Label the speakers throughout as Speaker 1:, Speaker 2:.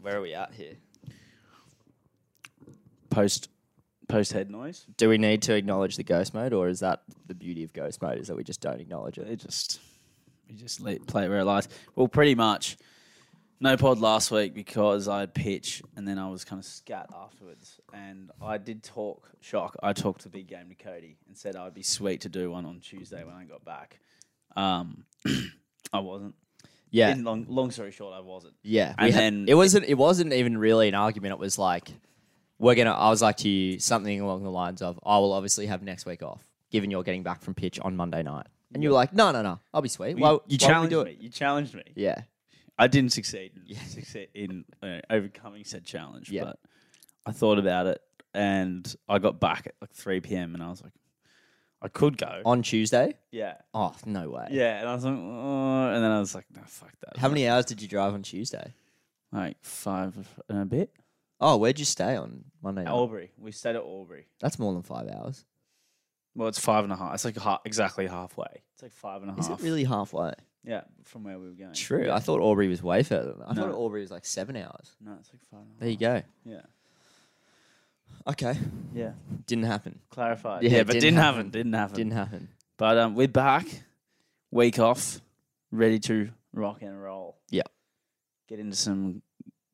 Speaker 1: Where are we at here?
Speaker 2: Post post head noise.
Speaker 1: Do we need to acknowledge the ghost mode, or is that the beauty of ghost mode? Is that we just don't acknowledge it?
Speaker 2: It just we just let it play it where it lies. Well, pretty much no pod last week because I had pitch and then I was kind of scat afterwards. And I did talk shock. I talked the big game to Cody and said I'd be sweet to do one on Tuesday when I got back. Um, I wasn't.
Speaker 1: Yeah,
Speaker 2: In long, long story short, I wasn't.
Speaker 1: yeah.
Speaker 2: and
Speaker 1: we
Speaker 2: then-
Speaker 1: it wasn't. It wasn't even really an argument. It was like we're gonna. I was like to you something along the lines of, "I will obviously have next week off, given you're getting back from pitch on Monday night." And you were like, "No, no, no. I'll be sweet. Well,
Speaker 2: you
Speaker 1: why would we
Speaker 2: challenged
Speaker 1: do it?"
Speaker 2: me. You challenged me.
Speaker 1: Yeah,
Speaker 2: I didn't succeed in, succeed in uh, overcoming said challenge,
Speaker 1: Yeah.
Speaker 2: but I thought about it and I got back at like 3 p.m. and I was like, I could go.
Speaker 1: on Tuesday.
Speaker 2: yeah.
Speaker 1: Oh no way.
Speaker 2: Yeah. And I was like, oh, and then I was like, no, fuck that.
Speaker 1: How many hours did you drive on Tuesday?
Speaker 2: Like five and a bit.
Speaker 1: Oh, where'd you stay on Monday night?
Speaker 2: Albury. We stayed at Albury.
Speaker 1: That's more than five hours.
Speaker 2: Well, it's five and a half. It's like ha exactly halfway. It's like five and a half.
Speaker 1: Is it really halfway?
Speaker 2: Yeah. From where we were going.
Speaker 1: True. I thought Aubrey was way further. Than that. I
Speaker 2: No.
Speaker 1: thought Aubrey was like seven hours.
Speaker 2: No, it's like five and a half.
Speaker 1: There you go.
Speaker 2: Yeah.
Speaker 1: Okay.
Speaker 2: Yeah.
Speaker 1: Didn't happen.
Speaker 2: Clarified.
Speaker 1: Yeah,
Speaker 2: Yeah,
Speaker 1: it
Speaker 2: but
Speaker 1: didn't
Speaker 2: didn't
Speaker 1: happen.
Speaker 2: happen. Didn't happen.
Speaker 1: Didn't happen.
Speaker 2: But um, we're back, week off, ready to rock and roll.
Speaker 1: Yeah.
Speaker 2: Get into some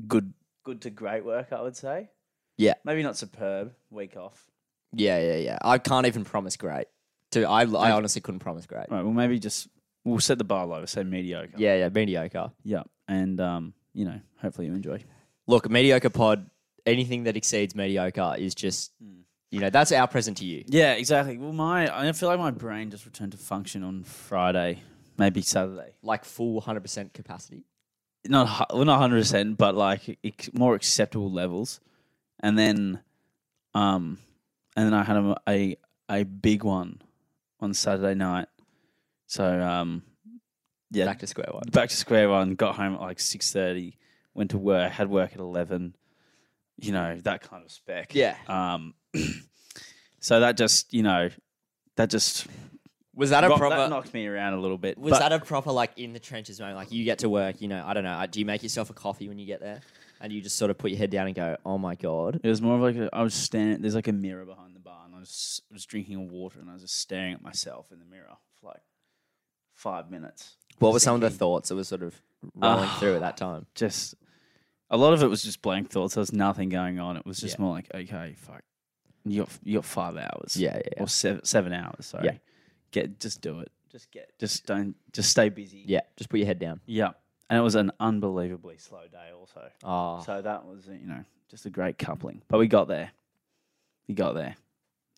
Speaker 2: good, good to great work, I would say.
Speaker 1: Yeah.
Speaker 2: Maybe not superb, week off.
Speaker 1: Yeah, yeah, yeah. I can't even promise great. Dude, I, I honestly couldn't promise great.
Speaker 2: Right. Well, maybe just, we'll set the bar low, say mediocre.
Speaker 1: Yeah, yeah, mediocre.
Speaker 2: Yeah. And, um, you know, hopefully you enjoy.
Speaker 1: Look, mediocre pod, anything that exceeds mediocre is just, you know, that's our present to you.
Speaker 2: Yeah, exactly. Well, my, I feel like my brain just returned to function on Friday, maybe Saturday.
Speaker 1: Like full 100% capacity.
Speaker 2: not hu- well, not hundred percent, but like ex- more acceptable levels. And then, um, and then I had a a, a big one on Saturday night. So um, yeah,
Speaker 1: Back to square one.
Speaker 2: back to square one. Got home at like six thirty. Went to work. Had work at eleven. You know that kind of spec.
Speaker 1: Yeah.
Speaker 2: Um. so that just you know, that just
Speaker 1: Was that a
Speaker 2: rock-
Speaker 1: proper.
Speaker 2: that knocked me around a little bit.
Speaker 1: was
Speaker 2: but-
Speaker 1: that a proper like in the trenches moment? Like you get to work, you know, I don't know. uh, Do you make yourself a coffee when you get there, and you just sort of put your head down and go, "Oh my god,
Speaker 2: It was more of like a, I was standing. There's like a mirror behind the bar, and I was was drinking a water, and I was just staring at myself in the mirror for like five minutes.
Speaker 1: What were some of the thoughts that were sort of rolling
Speaker 2: Ah.
Speaker 1: through at that time?
Speaker 2: Just a lot of it was just blank thoughts. There was nothing going on. It was just
Speaker 1: Yeah.
Speaker 2: more like, okay, fuck, you got you got five hours,
Speaker 1: Yeah, yeah, yeah.
Speaker 2: or seven seven hours. Sorry,
Speaker 1: Yeah.
Speaker 2: get just do it. Just get just don't just stay busy.
Speaker 1: Yeah, just put your head down.
Speaker 2: yeah. And it was an unbelievably slow day, also.
Speaker 1: Oh,
Speaker 2: So that was, you know, just a great coupling. But we got there. We got there.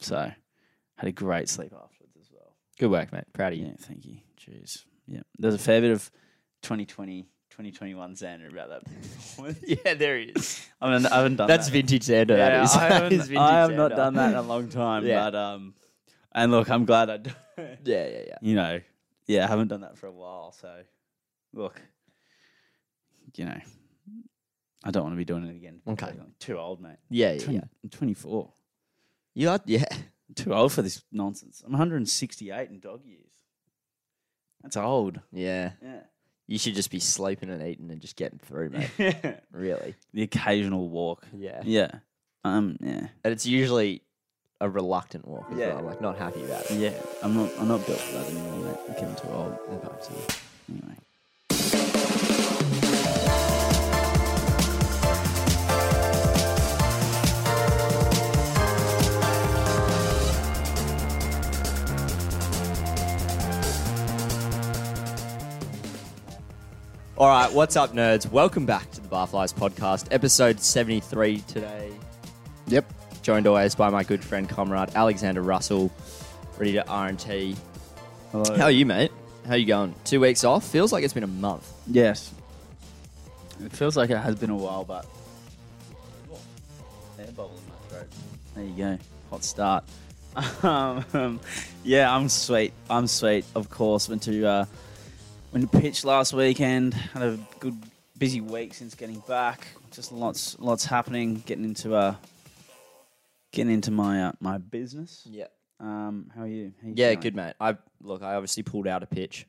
Speaker 2: So had a great sleep afterwards as well.
Speaker 1: good work, mate. Proud of you.
Speaker 2: Yeah, thank you. Cheers. Yeah. There's a fair bit of 2020, 2021 Xander about that performance.
Speaker 1: Yeah, there he is.
Speaker 2: I, mean, I haven't done
Speaker 1: That's
Speaker 2: that.
Speaker 1: vintage Xander. that
Speaker 2: Yeah,
Speaker 1: is.
Speaker 2: I,
Speaker 1: That
Speaker 2: haven't,
Speaker 1: is vintage
Speaker 2: I have not
Speaker 1: Xander.
Speaker 2: done that in a long time.
Speaker 1: Yeah.
Speaker 2: But, um, and look, I'm glad I, d-
Speaker 1: Yeah, yeah, yeah.
Speaker 2: you know, yeah, I haven't done that for a while. So look, you know, I don't want to be doing it again.
Speaker 1: Okay.
Speaker 2: Too old, mate.
Speaker 1: Yeah, yeah, yeah.
Speaker 2: 20, I'm 24.
Speaker 1: You are, yeah.
Speaker 2: Too old for this nonsense. I'm 168 in dog years. That's old.
Speaker 1: Yeah.
Speaker 2: Yeah.
Speaker 1: You should just be sleeping and eating and just getting through, mate. really.
Speaker 2: the occasional walk.
Speaker 1: Yeah.
Speaker 2: Yeah. Um. Yeah.
Speaker 1: And it's usually a reluctant walk as
Speaker 2: Yeah.
Speaker 1: well. I'm like not happy about it.
Speaker 2: Yeah. I'm not. I'm not built for that anymore, mate. I'm getting too old. Anyway.
Speaker 1: All right, what's up, nerds? Welcome back to the Barflies podcast, episode 73 today.
Speaker 3: Yep.
Speaker 1: Joined always by my good friend, comrade Alexander Russell, ready to R&T.
Speaker 2: Hello.
Speaker 1: How are you, mate? How you going? Two weeks off? Feels like it's been a month.
Speaker 2: Yes. It feels like it has been a while, but. Air bubble in my throat. There you go. Hot start. um, yeah, I'm sweet. I'm sweet. Of course, went to uh, went to pitch last weekend. Had a good, busy week since getting back. Just lots, lots happening. Getting into uh, getting into my uh, my business.
Speaker 1: Yeah.
Speaker 2: Um, how are you? How you
Speaker 1: Yeah,
Speaker 2: feeling?
Speaker 1: good, mate. I Look,
Speaker 2: Mm.
Speaker 1: I obviously pulled out a pitch.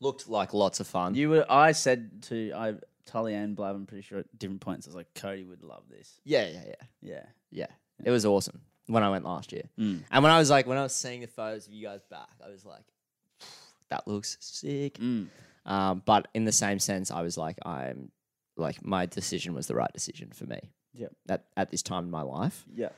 Speaker 1: Looked like lots of fun.
Speaker 2: You were. I said to I Tully and Blab, I'm pretty sure at different points, I was like, Cody would love this.
Speaker 1: Yeah, yeah, yeah.
Speaker 2: Yeah.
Speaker 1: Yeah. It was awesome when I went last year.
Speaker 2: Mm.
Speaker 1: And when I was like, when I was seeing the photos of you guys back, I was like, that looks sick.
Speaker 2: Mm.
Speaker 1: Um, but in the same sense, I was like, I'm like, my decision was the right decision for me.
Speaker 2: Yep.
Speaker 1: At, at this time in my life,
Speaker 2: Yeah.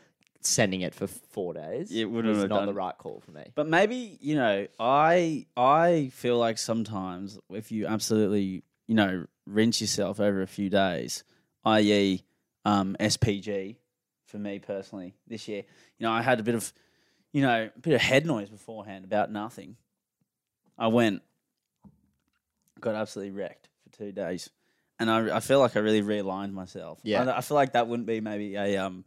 Speaker 1: sending it for four days
Speaker 2: It wouldn't
Speaker 1: was
Speaker 2: have
Speaker 1: not
Speaker 2: done-
Speaker 1: the right call for me.
Speaker 2: But maybe you know, I I feel like sometimes if you absolutely you know rinse yourself over a few days, i.e., um, SPG for me personally this year, you know, I had a bit of you know a bit of head noise beforehand about nothing. I went, got absolutely wrecked for two days, and I I feel like I really realigned myself.
Speaker 1: Yeah.
Speaker 2: I, I feel like that wouldn't be maybe a um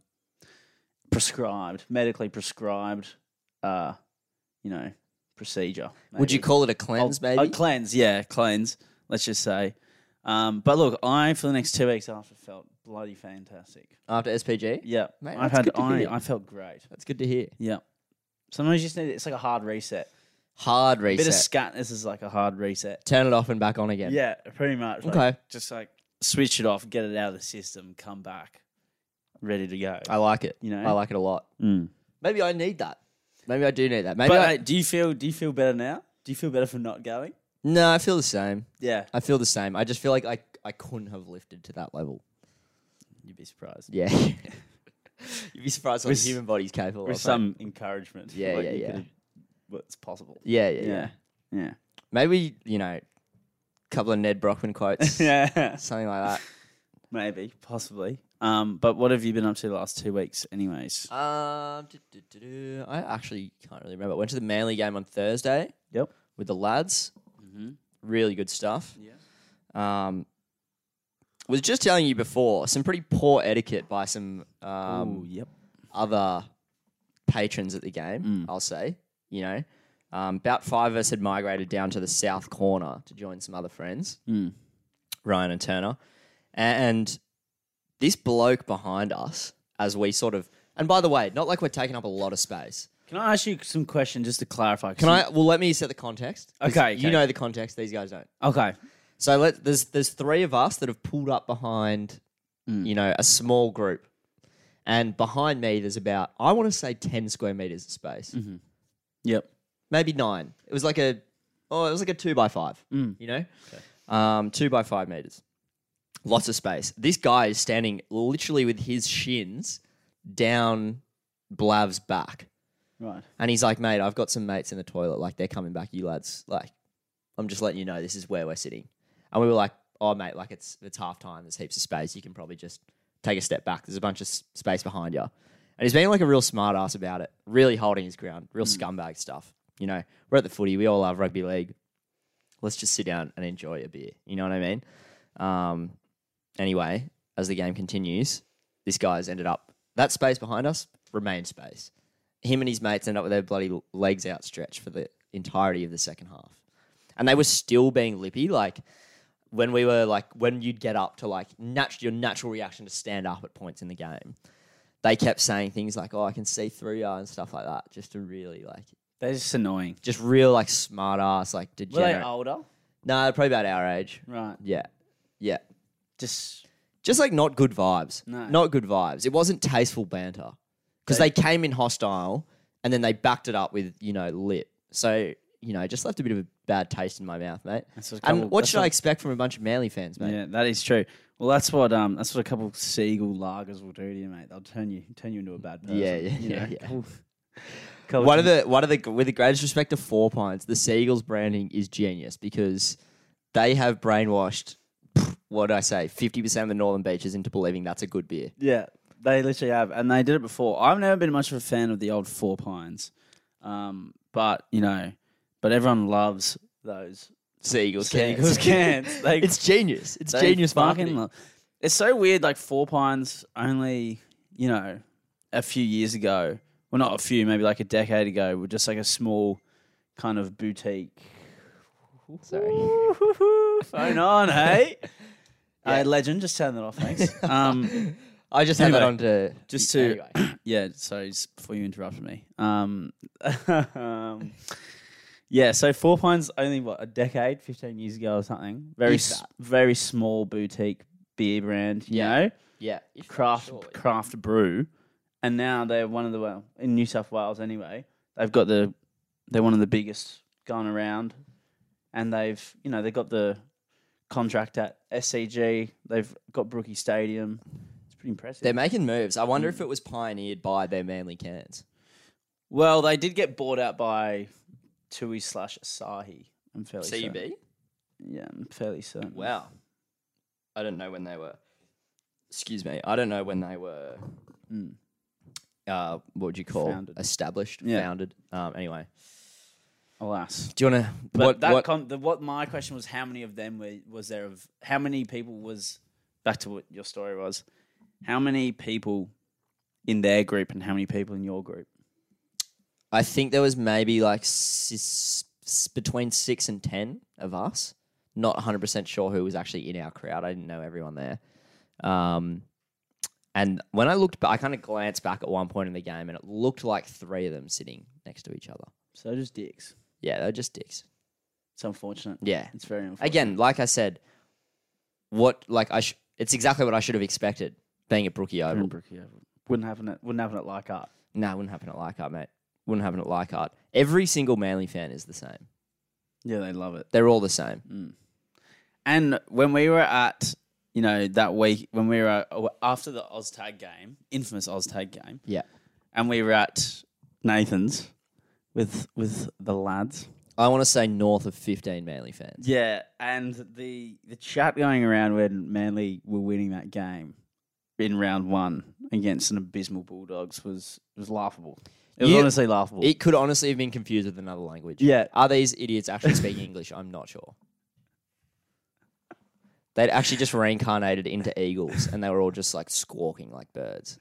Speaker 2: prescribed medically prescribed uh you know, procedure.
Speaker 1: Would you
Speaker 2: maybe.
Speaker 1: call it a cleanse,
Speaker 2: Oh,
Speaker 1: maybe?
Speaker 2: oh, cleanse, yeah, cleanse. Let's just say. Um, but look, I for the next two weeks after felt bloody fantastic.
Speaker 1: After SPG?
Speaker 2: Yeah,
Speaker 1: Mate,
Speaker 2: I've
Speaker 1: that's
Speaker 2: had
Speaker 1: good to
Speaker 2: I,
Speaker 1: hear.
Speaker 2: I felt great.
Speaker 1: That's good to hear.
Speaker 2: Yeah, sometimes you just need it's like a hard reset.
Speaker 1: Hard
Speaker 2: A
Speaker 1: reset.
Speaker 2: bit of scatness is like a hard reset.
Speaker 1: Turn it off and back on again.
Speaker 2: Yeah, pretty much. like,
Speaker 1: Okay.
Speaker 2: just like switch it off, get it out of the system, come back, ready to go.
Speaker 1: I like it.
Speaker 2: You know?
Speaker 1: I like it a lot.
Speaker 2: Mm.
Speaker 1: Maybe I need that. Maybe I do need that. Maybe
Speaker 2: But
Speaker 1: I,
Speaker 2: hey, do you feel do you feel better now? Do you feel better for not going?
Speaker 1: no, I feel the same.
Speaker 2: Yeah,
Speaker 1: I feel the same. I just feel like I, I couldn't have lifted to that level.
Speaker 2: you'd be surprised.
Speaker 1: Yeah. You'd be surprised what
Speaker 2: With
Speaker 1: the human body's capable
Speaker 2: with
Speaker 1: of.
Speaker 2: some encouragement.
Speaker 1: Yeah, yeah,
Speaker 2: you
Speaker 1: yeah.
Speaker 2: could've- What's possible?
Speaker 1: Yeah, yeah, yeah,
Speaker 2: yeah,
Speaker 1: Maybe, you know, a couple of Ned Brockman quotes.
Speaker 2: yeah. yeah.
Speaker 1: Something like
Speaker 2: Maybe, possibly. Um, but what have you been up to the last two weeks, anyways?
Speaker 1: that. Um, du- du- du- du. I actually can't really remember. Went to the Manly game on Thursday
Speaker 2: Yep.
Speaker 1: with the lads.
Speaker 2: Mm-hmm.
Speaker 1: Really good stuff.
Speaker 2: Yeah.
Speaker 1: Um, was just telling you before some pretty poor etiquette by some um,
Speaker 2: Ooh, yep.
Speaker 1: other patrons at the game,
Speaker 2: Mm.
Speaker 1: I'll say. You know, um, about five of us had migrated down to the south corner to join some other friends,
Speaker 2: Mm.
Speaker 1: Ryan and Turner. And this bloke behind us, as we sort of, and by the way, not like we're taking up a lot of space.
Speaker 2: Can I ask you some questions just to clarify? 'Cause
Speaker 1: Can I? Well, let me set the context. 'cause
Speaker 2: Okay,
Speaker 1: You
Speaker 2: okay.
Speaker 1: know the context. These guys don't.
Speaker 2: you- Okay.
Speaker 1: So let there's there's three of us that have pulled up behind, you know, a small group, and behind me there's about I want to say ten square meters of space,
Speaker 2: Yep.
Speaker 1: maybe nine. It was like a oh, it was like a two by five, you know, um, two by five meters, lots of space. This guy is standing literally with his shins down Blav's back.
Speaker 2: Right.
Speaker 1: And he's like, mate, I've got some mates in the toilet. Like, they're coming back, you lads. Like, I'm just letting you know this is where we're sitting. And we were like, oh, mate, like it's it's half time. There's heaps of space. You can probably just take a step back. There's a bunch of s- space behind you. And he's being like a real smart ass about it, really holding his ground, real scumbag stuff. You know, we're at the footy. We all love rugby league. Let's just sit down and enjoy a beer. You know what I mean? Um, anyway, as the game continues, this guy's ended up that space behind us remained space. Him and his mates ended up with their bloody l- legs outstretched for the entirety of the second half, and they were still being lippy. Like when we were like when you'd get up to like nat- your natural reaction to stand up at points in the game, they kept saying things like "Oh, I can see through you" and stuff like that, just to really like
Speaker 2: They're just annoying.
Speaker 1: just real like smart ass like
Speaker 2: Were
Speaker 1: degenerate.
Speaker 2: they older?
Speaker 1: no, probably about our age.
Speaker 2: Right.
Speaker 1: Yeah, yeah
Speaker 2: Just.
Speaker 1: just like not good vibes.
Speaker 2: No.
Speaker 1: Not good vibes. It wasn't tasteful banter because they, came in hostile and then they backed it up with you know lit. So you know, just left a bit of a bad taste in my mouth, mate.
Speaker 2: That's what a couple-
Speaker 1: and what
Speaker 2: that's
Speaker 1: should I
Speaker 2: what-
Speaker 1: expect from a bunch of Manly fans, mate?
Speaker 2: Yeah, that is true. Well, that's what um, that's what a couple of seagull lagers will do to you, mate. They'll turn you turn you into a bad person.
Speaker 1: Yeah, yeah,
Speaker 2: you
Speaker 1: yeah,
Speaker 2: know?
Speaker 1: yeah.
Speaker 2: Couple- couple
Speaker 1: One of the one of the with the greatest respect to Four Pines, the Seagulls branding is genius because they have brainwashed. pff, What did I say? Fifty percent of the Northern Beaches into believing that's a good beer.
Speaker 2: Yeah, they literally have, and they did it before. I've never been much of a fan of the old Four Pines, um, but you know, but everyone loves those
Speaker 1: Seagulls, cans.
Speaker 2: Seagulls cans. They-
Speaker 1: it's genius. It's
Speaker 2: they
Speaker 1: genius
Speaker 2: fucking
Speaker 1: marketing.
Speaker 2: love- It's so weird. Like Four Pines, only you know, a few years ago. Well, not a few, maybe like a decade ago. Were just like a small kind of boutique.
Speaker 1: Sorry.
Speaker 2: Phone on, hey.
Speaker 1: Yeah.
Speaker 2: Uh, legend, just turn that off, thanks. Um,
Speaker 1: I just had that
Speaker 2: Anyway,
Speaker 1: on to
Speaker 2: just to-
Speaker 1: Anyway.
Speaker 2: yeah so just before you interrupted me um, um, Yeah, so Four Pines only what a decade, fifteen years ago or something. Very,
Speaker 1: If
Speaker 2: s-
Speaker 1: that.
Speaker 2: very small boutique beer brand. You
Speaker 1: Yeah.
Speaker 2: know,
Speaker 1: Yeah,
Speaker 2: craft craft brew, and now they're one of the well in New South Wales anyway. They've got the they're one of the biggest going around, and they've you know they've got the contract at SCG. They've got Brookie Stadium. It's pretty impressive.
Speaker 1: They're making moves. I wonder if it was pioneered by their Manly cans.
Speaker 2: well, they did get bought out by Tui slash Asahi. I'm fairly certain.
Speaker 1: CUB.
Speaker 2: Yeah, I'm fairly certain.
Speaker 1: Wow. I don't know when they were. Excuse me. I don't know when they were. Hmm.
Speaker 2: Mm.
Speaker 1: Uh, what would you call
Speaker 2: Founded.
Speaker 1: established?
Speaker 2: Yeah.
Speaker 1: Founded. Um, anyway,
Speaker 2: Alas.
Speaker 1: do you want to?
Speaker 2: But
Speaker 1: What,
Speaker 2: that
Speaker 1: what,
Speaker 2: con- the, what my question was, how many of them were, was there of how many people was back to what your story was? How many people in their group and how many people in your group?
Speaker 1: I think there was maybe like s- s- between six and ten of us. Not 100% sure who was actually in our crowd. I didn't know everyone there. Um, and when I looked back, I kind of glanced back at one point in the game and it looked like three of them sitting next to each other.
Speaker 2: So just dicks.
Speaker 1: Yeah, they're just dicks.
Speaker 2: It's unfortunate.
Speaker 1: Yeah.
Speaker 2: It's very unfortunate.
Speaker 1: Again, like I said, what, like, I sh- it's exactly what I should have expected being at Brookie Oval.
Speaker 2: Brooke, yeah. Wouldn't happen at wouldn't happen at Leichhardt.
Speaker 1: No, it wouldn't happen at Leichhardt, mate. Wouldn't happen at Leichhardt. Every single Manly fan is the same.
Speaker 2: Yeah, they love it.
Speaker 1: They're all the same.
Speaker 2: And when we were at you know that week when we were after the OzTag game, infamous OzTag game,
Speaker 1: Yeah.
Speaker 2: and we were at Nathan's with with the lads.
Speaker 1: I want to say north of 15 Manly fans.
Speaker 2: Yeah, and the the chat going around when Manly were winning that game in round one against an abysmal Bulldogs was was laughable. It was
Speaker 1: You-
Speaker 2: honestly laughable.
Speaker 1: It could honestly have been confused with another language.
Speaker 2: yeah,
Speaker 1: Are these idiots actually speaking English? I'm not sure. They'd actually just reincarnated into eagles and they were all just like squawking like birds.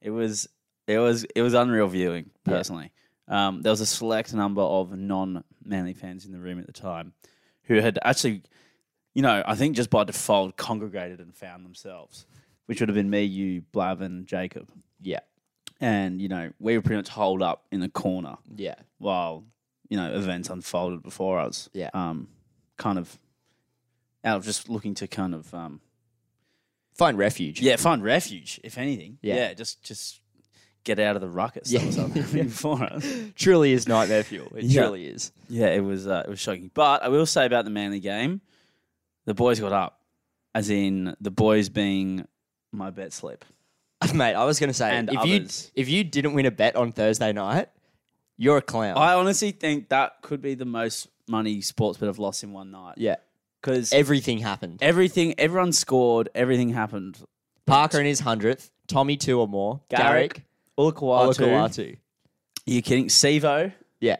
Speaker 2: it was it was it was unreal viewing
Speaker 1: Yeah.
Speaker 2: personally. Um, there was a select number of non Manly fans in the room at the time who had actually, you know, I think just by default congregated and found themselves, which would have been me, you, Blav, and Jacob.
Speaker 1: Yeah.
Speaker 2: And you know, we were pretty much holed up in a corner.
Speaker 1: Yeah.
Speaker 2: while you know events unfolded before us.
Speaker 1: Yeah.
Speaker 2: Um, kind of out of just looking to kind of um,
Speaker 1: Find refuge.
Speaker 2: yeah find refuge if anything.
Speaker 1: Yeah.
Speaker 2: just just get out of the ruckus yeah. that was
Speaker 1: Yeah.
Speaker 2: happening before us.
Speaker 1: Truly is nightmare fuel. It
Speaker 2: Yeah.
Speaker 1: truly is.
Speaker 2: Yeah, it was uh, it was shocking. But I will say about the Manly game, the boys got up, as in the boys being my bet slip.
Speaker 1: Mate, I was going to say
Speaker 2: And
Speaker 1: if
Speaker 2: others.
Speaker 1: you if you didn't win a bet on Thursday night, you're a clown.
Speaker 2: I honestly think that could be the most money sports bet I've lost in one night
Speaker 1: yeah.
Speaker 2: because
Speaker 1: Everything happened.
Speaker 2: everything, everyone scored, everything happened.
Speaker 1: Parker in his 100th, Tommy two or more,
Speaker 2: Garrick,
Speaker 1: Garrick,
Speaker 2: Olakuatu.
Speaker 1: Olakuatu.
Speaker 2: You kidding? Sevo,
Speaker 1: Yeah.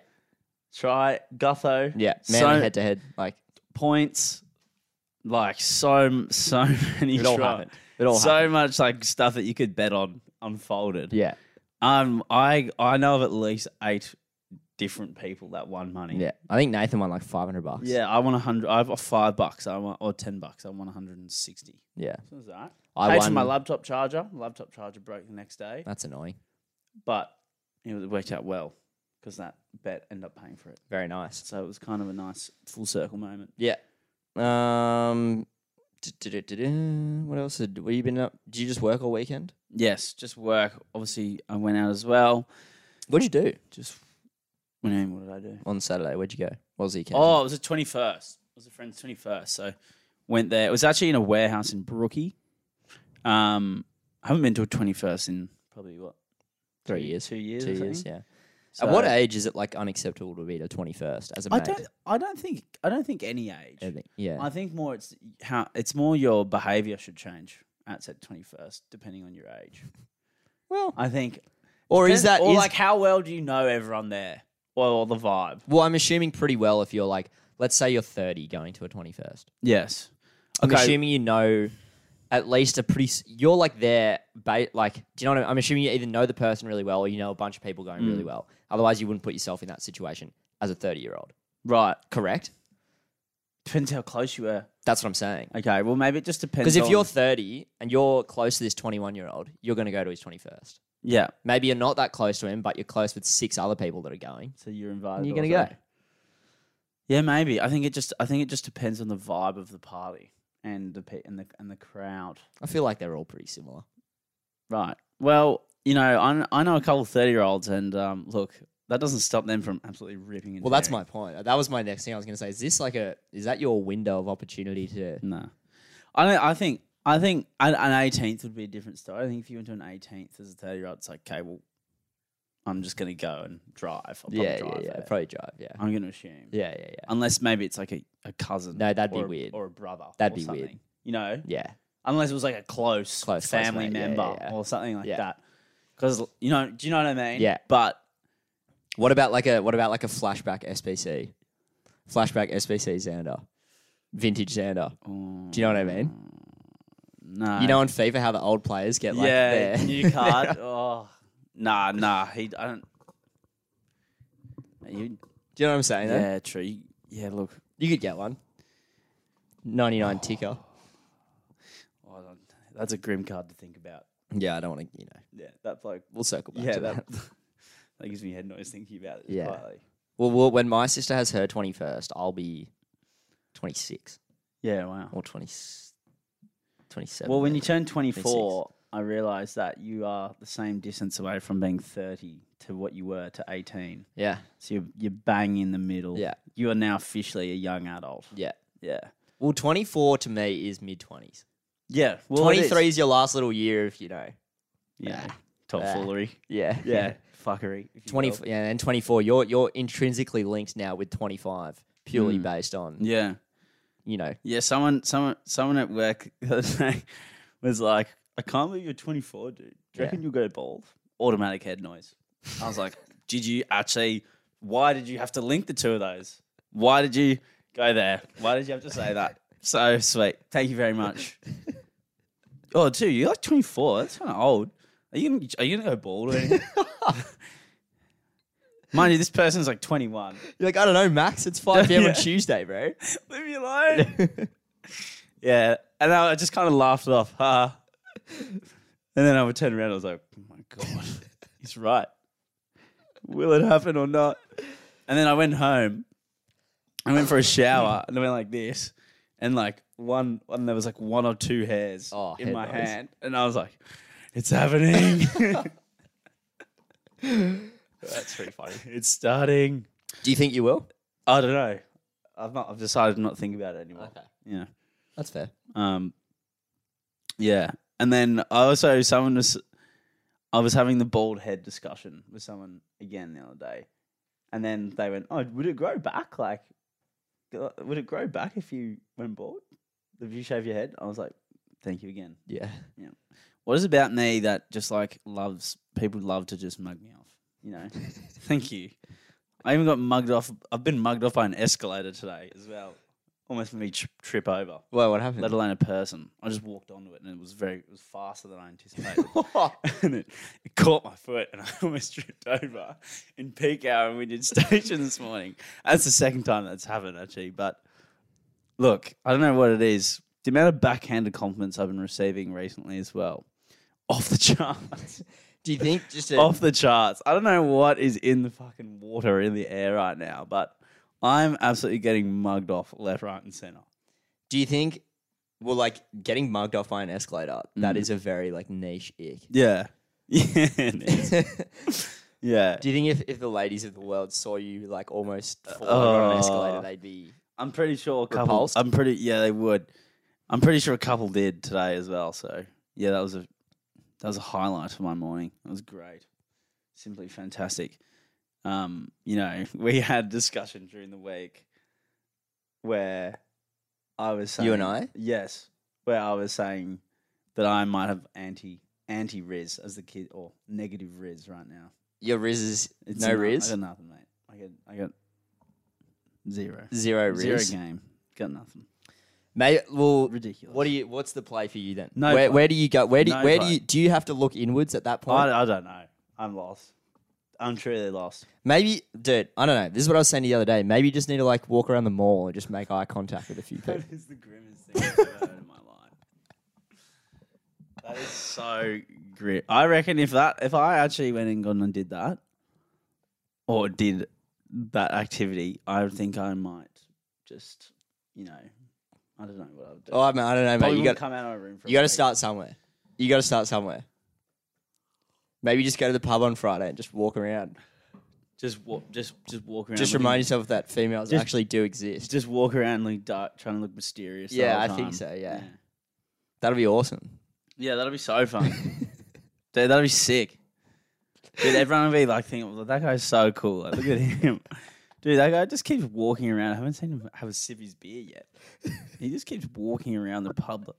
Speaker 2: try Gutho.
Speaker 1: Yeah,
Speaker 2: So-
Speaker 1: man, head to head, like
Speaker 2: points. Like so, so many.
Speaker 1: it all
Speaker 2: try-
Speaker 1: happened. It all
Speaker 2: so
Speaker 1: happened.
Speaker 2: much like stuff that you could bet on unfolded.
Speaker 1: Yeah,
Speaker 2: Um, I I know of at least eight different people that won money.
Speaker 1: yeah. I think Nathan won like five hundred bucks.
Speaker 2: Yeah, I won a hundred. I got five bucks. I won or ten bucks. I won one hundred and sixty.
Speaker 1: yeah.
Speaker 2: Was that?
Speaker 1: I
Speaker 2: Paid for
Speaker 1: won.
Speaker 2: my laptop charger. Laptop charger broke the next day,
Speaker 1: That's annoying.
Speaker 2: but it worked out well because that bet ended up paying for it.
Speaker 1: Very nice.
Speaker 2: So it was kind of a nice full circle moment.
Speaker 1: Yeah. Um. du-du-du-du-du. What else? Did, what have you been up? Did you just work all weekend?
Speaker 2: Yes, just work. Obviously, I went out as well.
Speaker 1: What'd you do
Speaker 2: Just, what do you mean, what did I do?
Speaker 1: on Saturday? Where'd you go? What was the occasion?
Speaker 2: Oh, it was the 21st. It was a friend's 21st. So went there. It was actually in a warehouse in Brookie. Um, I haven't been to a 21st in probably what?
Speaker 1: Three
Speaker 2: two-
Speaker 1: years.
Speaker 2: Two years.
Speaker 1: two
Speaker 2: I
Speaker 1: years.
Speaker 2: think.
Speaker 1: Yeah. At what
Speaker 2: So-
Speaker 1: age is it like unacceptable to be the twenty first as a
Speaker 2: I
Speaker 1: mate?
Speaker 2: don't, I don't think, I don't think any age.
Speaker 1: I think- Yeah.
Speaker 2: I think more it's how, it's more your behavior should change at said 21st, depending on your age.
Speaker 1: well,
Speaker 2: I think.
Speaker 1: or is that
Speaker 2: or
Speaker 1: is-
Speaker 2: like how well do you know everyone there? Or, or the vibe?
Speaker 1: well? I'm assuming pretty well if you're like, let's say you're thirty going to a twenty first.
Speaker 2: Yes.
Speaker 1: I'm
Speaker 2: Okay.
Speaker 1: assuming you know at least a pretty. s- You're like there, ba- like do you know what I mean? I'm assuming you either know the person really well or you know a bunch of people going really well. Otherwise, you wouldn't put yourself in that situation as a 30 year old.
Speaker 2: Right.
Speaker 1: Correct?
Speaker 2: Depends how close you were.
Speaker 1: That's what I'm saying.
Speaker 2: Okay. Well, maybe it just depends.
Speaker 1: Because if
Speaker 2: on-
Speaker 1: you're 30 and you're close to this 21 year old, you're going to go to his 21st.
Speaker 2: yeah,
Speaker 1: Maybe you're not that close to him, but you're close with six other people that are going.
Speaker 2: so you're invited.
Speaker 1: And you're going to
Speaker 2: also.
Speaker 1: go.
Speaker 2: Yeah, maybe. I think it just I think it just depends on the vibe of the party and the pe- and the and the crowd.
Speaker 1: I feel like they're all pretty similar.
Speaker 2: Right. Well, you know, I, kn- I know a couple of 30 year olds, and um, look, that doesn't stop them from absolutely ripping into
Speaker 1: Well, that's my point. That was my next thing I was going to say. Is this like a? Is that your window of opportunity to?
Speaker 2: No. I, don't, I think. I think an an 18th would be a different story. I think if you went to an 18th as a 30 year old, it's like, okay, well, I'm just going to go and drive. I'll probably
Speaker 1: yeah, yeah,
Speaker 2: drive
Speaker 1: yeah.
Speaker 2: there.
Speaker 1: Probably drive. Yeah,
Speaker 2: I'm going to assume.
Speaker 1: yeah, yeah, yeah.
Speaker 2: Unless maybe it's like a, a cousin.
Speaker 1: No, that'd be
Speaker 2: or a-
Speaker 1: weird.
Speaker 2: Or a brother.
Speaker 1: That'd
Speaker 2: or
Speaker 1: be weird.
Speaker 2: something, You know?
Speaker 1: Yeah,
Speaker 2: unless it was like a close,
Speaker 1: Close, close
Speaker 2: family
Speaker 1: mate. Yeah,
Speaker 2: member
Speaker 1: yeah, yeah.
Speaker 2: or something like
Speaker 1: Yeah.
Speaker 2: that. Because you know, do you know what I mean?
Speaker 1: Yeah.
Speaker 2: But
Speaker 1: What about like a? What about like a flashback SPC? Flashback SPC Xander, vintage Xander.
Speaker 2: Mm.
Speaker 1: Do you know what I mean?
Speaker 2: no,
Speaker 1: You know in FIFA how the old players get like
Speaker 2: yeah,
Speaker 1: their-
Speaker 2: new card. oh, nah, nah. He, I don't. You,
Speaker 1: Do you know what I'm saying? though?
Speaker 2: yeah, true. You- Yeah, look.
Speaker 1: You could get one. 99 ticker.
Speaker 2: Oh, I don't- that's a grim card to think about.
Speaker 1: Yeah, I don't want to. You know,
Speaker 2: Yeah, that bloke.
Speaker 1: we'll circle back
Speaker 2: Yeah,
Speaker 1: to
Speaker 2: that,
Speaker 1: that.
Speaker 2: that gives me head noise thinking about it.
Speaker 1: Yeah.
Speaker 2: quietly.
Speaker 1: Well, well, when my sister has her 21st, I'll be 26
Speaker 2: Yeah. Wow.
Speaker 1: or 20, 27.
Speaker 2: Well, when
Speaker 1: maybe.
Speaker 2: you turn 24, I realised that you are the same distance away from being 30 to what you were to 18.
Speaker 1: yeah,
Speaker 2: So you're, you're bang in the middle.
Speaker 1: Yeah.
Speaker 2: You are now officially a young adult.
Speaker 1: yeah.
Speaker 2: Yeah.
Speaker 1: Well, 24 to me is mid 20s.
Speaker 2: Yeah. Well, it is.
Speaker 1: 23 is your last little year if you know.
Speaker 2: Yeah.
Speaker 1: Nah.
Speaker 2: Tomfoolery.
Speaker 1: Yeah.
Speaker 2: Yeah. Fuckery. if you
Speaker 1: 20
Speaker 2: will.
Speaker 1: yeah, and 24 you're you're intrinsically linked now with 25 purely based on,
Speaker 2: Yeah.
Speaker 1: you know.
Speaker 2: Yeah. Someone, someone, someone at work the other day was like, I can't believe you're 24, dude. Do you
Speaker 1: Yeah.
Speaker 2: reckon you'll go bald? Automatic head noise. I was like, did you actually, why did you have to link the two of those? Why did you go there? Why did you have to say that? So sweet. Thank you very much. Oh, dude, you're like 24. That's kind of old. Are you, gonna- are you going to go bald or anything? Mind you, this person's like 21.
Speaker 1: You're like, I don't know, Max, it's 5 p.m.
Speaker 2: Yeah.
Speaker 1: on Tuesday, bro.
Speaker 2: Leave me alone. Yeah, and I just kind of laughed it off, ha. And then I would turn around. I was like, "Oh my god, he's right. Will it happen or not?" And then I went home. I went for a shower and I went like this, and like one, and there was like one or two hairs
Speaker 1: Oh,
Speaker 2: in my
Speaker 1: headlights.
Speaker 2: hand, and I was like, "It's happening.
Speaker 1: That's pretty funny.
Speaker 2: it's starting."
Speaker 1: Do you think you will?
Speaker 2: I don't know. I've not. I've decided not to think about it anymore. You know.
Speaker 1: That's fair.
Speaker 2: Um, yeah, and then I also someone was, I was having the bald head discussion with someone again the other day, and then they went, "Oh, would it grow back? Like, uh, would it grow back if you went bald? If you shave your head?" I was like, "Thank you again."
Speaker 1: Yeah.
Speaker 2: What is it about me that just like loves people love to just mug me off? You know, thank you. I even got mugged off. I've been mugged off by an escalator today as well. Almost made me tri- trip over
Speaker 1: Well, what happened?
Speaker 2: let alone a person. I just walked onto it and it was very it was faster than I anticipated. and it, it caught my foot and I almost tripped over in peak hour when we did station this morning. That's the second time that's happened actually. But look, I don't know what it is. The amount of backhanded compliments I've been receiving recently as well. Off the charts.
Speaker 1: Do you think just a,
Speaker 2: Off the charts. I don't know what is in the fucking water in the air right now, but I'm absolutely getting mugged off left, right, and center.
Speaker 1: do you think well like getting mugged off by an escalator, that
Speaker 2: Mm.
Speaker 1: is a very like niche ick.
Speaker 2: Yeah. Yeah. it
Speaker 1: do
Speaker 2: is.
Speaker 1: you
Speaker 2: yeah.
Speaker 1: think if, if the ladies of the world saw you like almost fall over on an escalator,
Speaker 2: Oh.
Speaker 1: they'd be
Speaker 2: I'm pretty sure a couple.
Speaker 1: Repulsed?
Speaker 2: I'm pretty. Yeah, they would. I'm pretty sure a couple did today as well. So yeah, that was a that was a highlight of my morning. It was great, simply fantastic. Um, you know, we had a discussion during the week where I was saying
Speaker 1: You and I?
Speaker 2: yes, where I was saying that I might have anti anti Riz as the kid or negative Riz right now.
Speaker 1: your riz is no
Speaker 2: not-
Speaker 1: riz,
Speaker 2: I got nothing, mate. I got I got zero.
Speaker 1: zero riz.
Speaker 2: Zero game. Got nothing.
Speaker 1: May well,
Speaker 2: Ridiculous.
Speaker 1: what do you? What's the play for you then?
Speaker 2: No
Speaker 1: where,
Speaker 2: play.
Speaker 1: where do you go? Where do
Speaker 2: No
Speaker 1: where do
Speaker 2: play.
Speaker 1: you do you have to look inwards at that point?
Speaker 2: I, I don't know. I'm lost. I'm truly lost.
Speaker 1: Maybe, dude, I don't know. This is what I was saying the other day. Maybe you just need to like walk around the mall and just make eye contact with a few people.
Speaker 2: is the grimmest thing I've ever heard in my life. That is so grim. I reckon if that if I actually went and gone and did that, or did that activity, I think I might just, you know, I don't know what I would do.
Speaker 1: Oh, man, I don't know, mate.
Speaker 2: Probably
Speaker 1: You
Speaker 2: wouldn't
Speaker 1: got
Speaker 2: come out of my room. For a
Speaker 1: you got to
Speaker 2: week.
Speaker 1: start somewhere. You got to start somewhere. Maybe just go to the pub on Friday and just walk around.
Speaker 2: Just walk. Just just walk around.
Speaker 1: Just
Speaker 2: looking-
Speaker 1: remind yourself that females
Speaker 2: Just-
Speaker 1: actually do exist.
Speaker 2: Just walk around like dark, trying to look mysterious. the
Speaker 1: Yeah,
Speaker 2: whole
Speaker 1: I think
Speaker 2: time.
Speaker 1: so, yeah.
Speaker 2: yeah.
Speaker 1: That'll be awesome.
Speaker 2: Yeah, that'll be so fun. Dude, that'll be sick. Dude, everyone will be like thinking, "Well, that guy's so cool. Like, look at him. Dude, that guy just keeps walking around. I haven't seen him have a sip of his beer yet. He just keeps walking around the pub.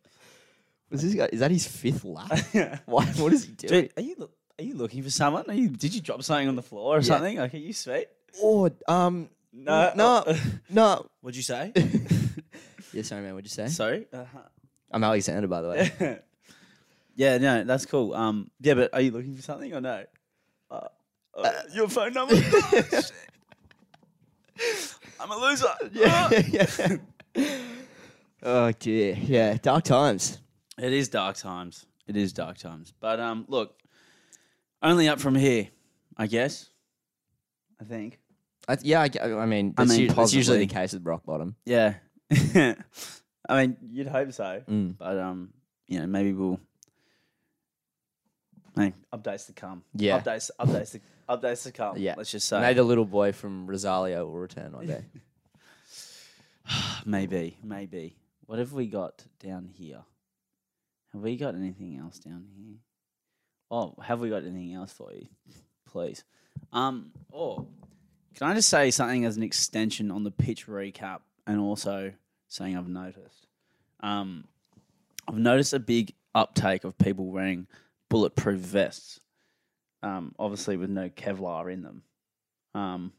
Speaker 1: Is this guy? Is that his fifth lap?
Speaker 2: Dude,
Speaker 1: Why? What is he doing?
Speaker 2: are you loo- are you looking for someone? Are you, did you drop something on the floor or
Speaker 1: Yeah.
Speaker 2: something? Like, are you sweet?
Speaker 1: Or um,
Speaker 2: No,
Speaker 1: no, no.
Speaker 2: What'd you say?
Speaker 1: Yeah, sorry, man. What'd you say?
Speaker 2: Sorry. Uh-huh.
Speaker 1: I'm Alexander, by the way.
Speaker 2: yeah, no, that's cool. Um, yeah, but are you looking for something or no? Uh, uh, your phone number. I'm a loser.
Speaker 1: yeah,
Speaker 2: Ah.
Speaker 1: yeah. Oh dear. Yeah, dark times.
Speaker 2: It is dark times. It is dark times. But um, look, only up from here, I guess. I think.
Speaker 1: I, yeah, I, g- I mean, that's,
Speaker 2: mean,
Speaker 1: u- that's usually the
Speaker 2: possibly.
Speaker 1: case with rock bottom.
Speaker 2: Yeah. I mean, you'd hope so.
Speaker 1: Mm.
Speaker 2: But um, you know, maybe we'll. Hey, updates to come.
Speaker 1: Yeah.
Speaker 2: Updates. Updates. To, updates to come.
Speaker 1: Yeah.
Speaker 2: Let's just say.
Speaker 1: Maybe the little boy from Rosalia will return one day.
Speaker 2: Maybe, maybe. What have we got down here? Have we got anything else down here? Oh, have we got anything else for you? Please. Um, or can I just say something as an extension on the pitch recap and also saying I've noticed? Um, I've noticed a big uptake of people wearing bulletproof vests, um, obviously with no Kevlar in them. Um,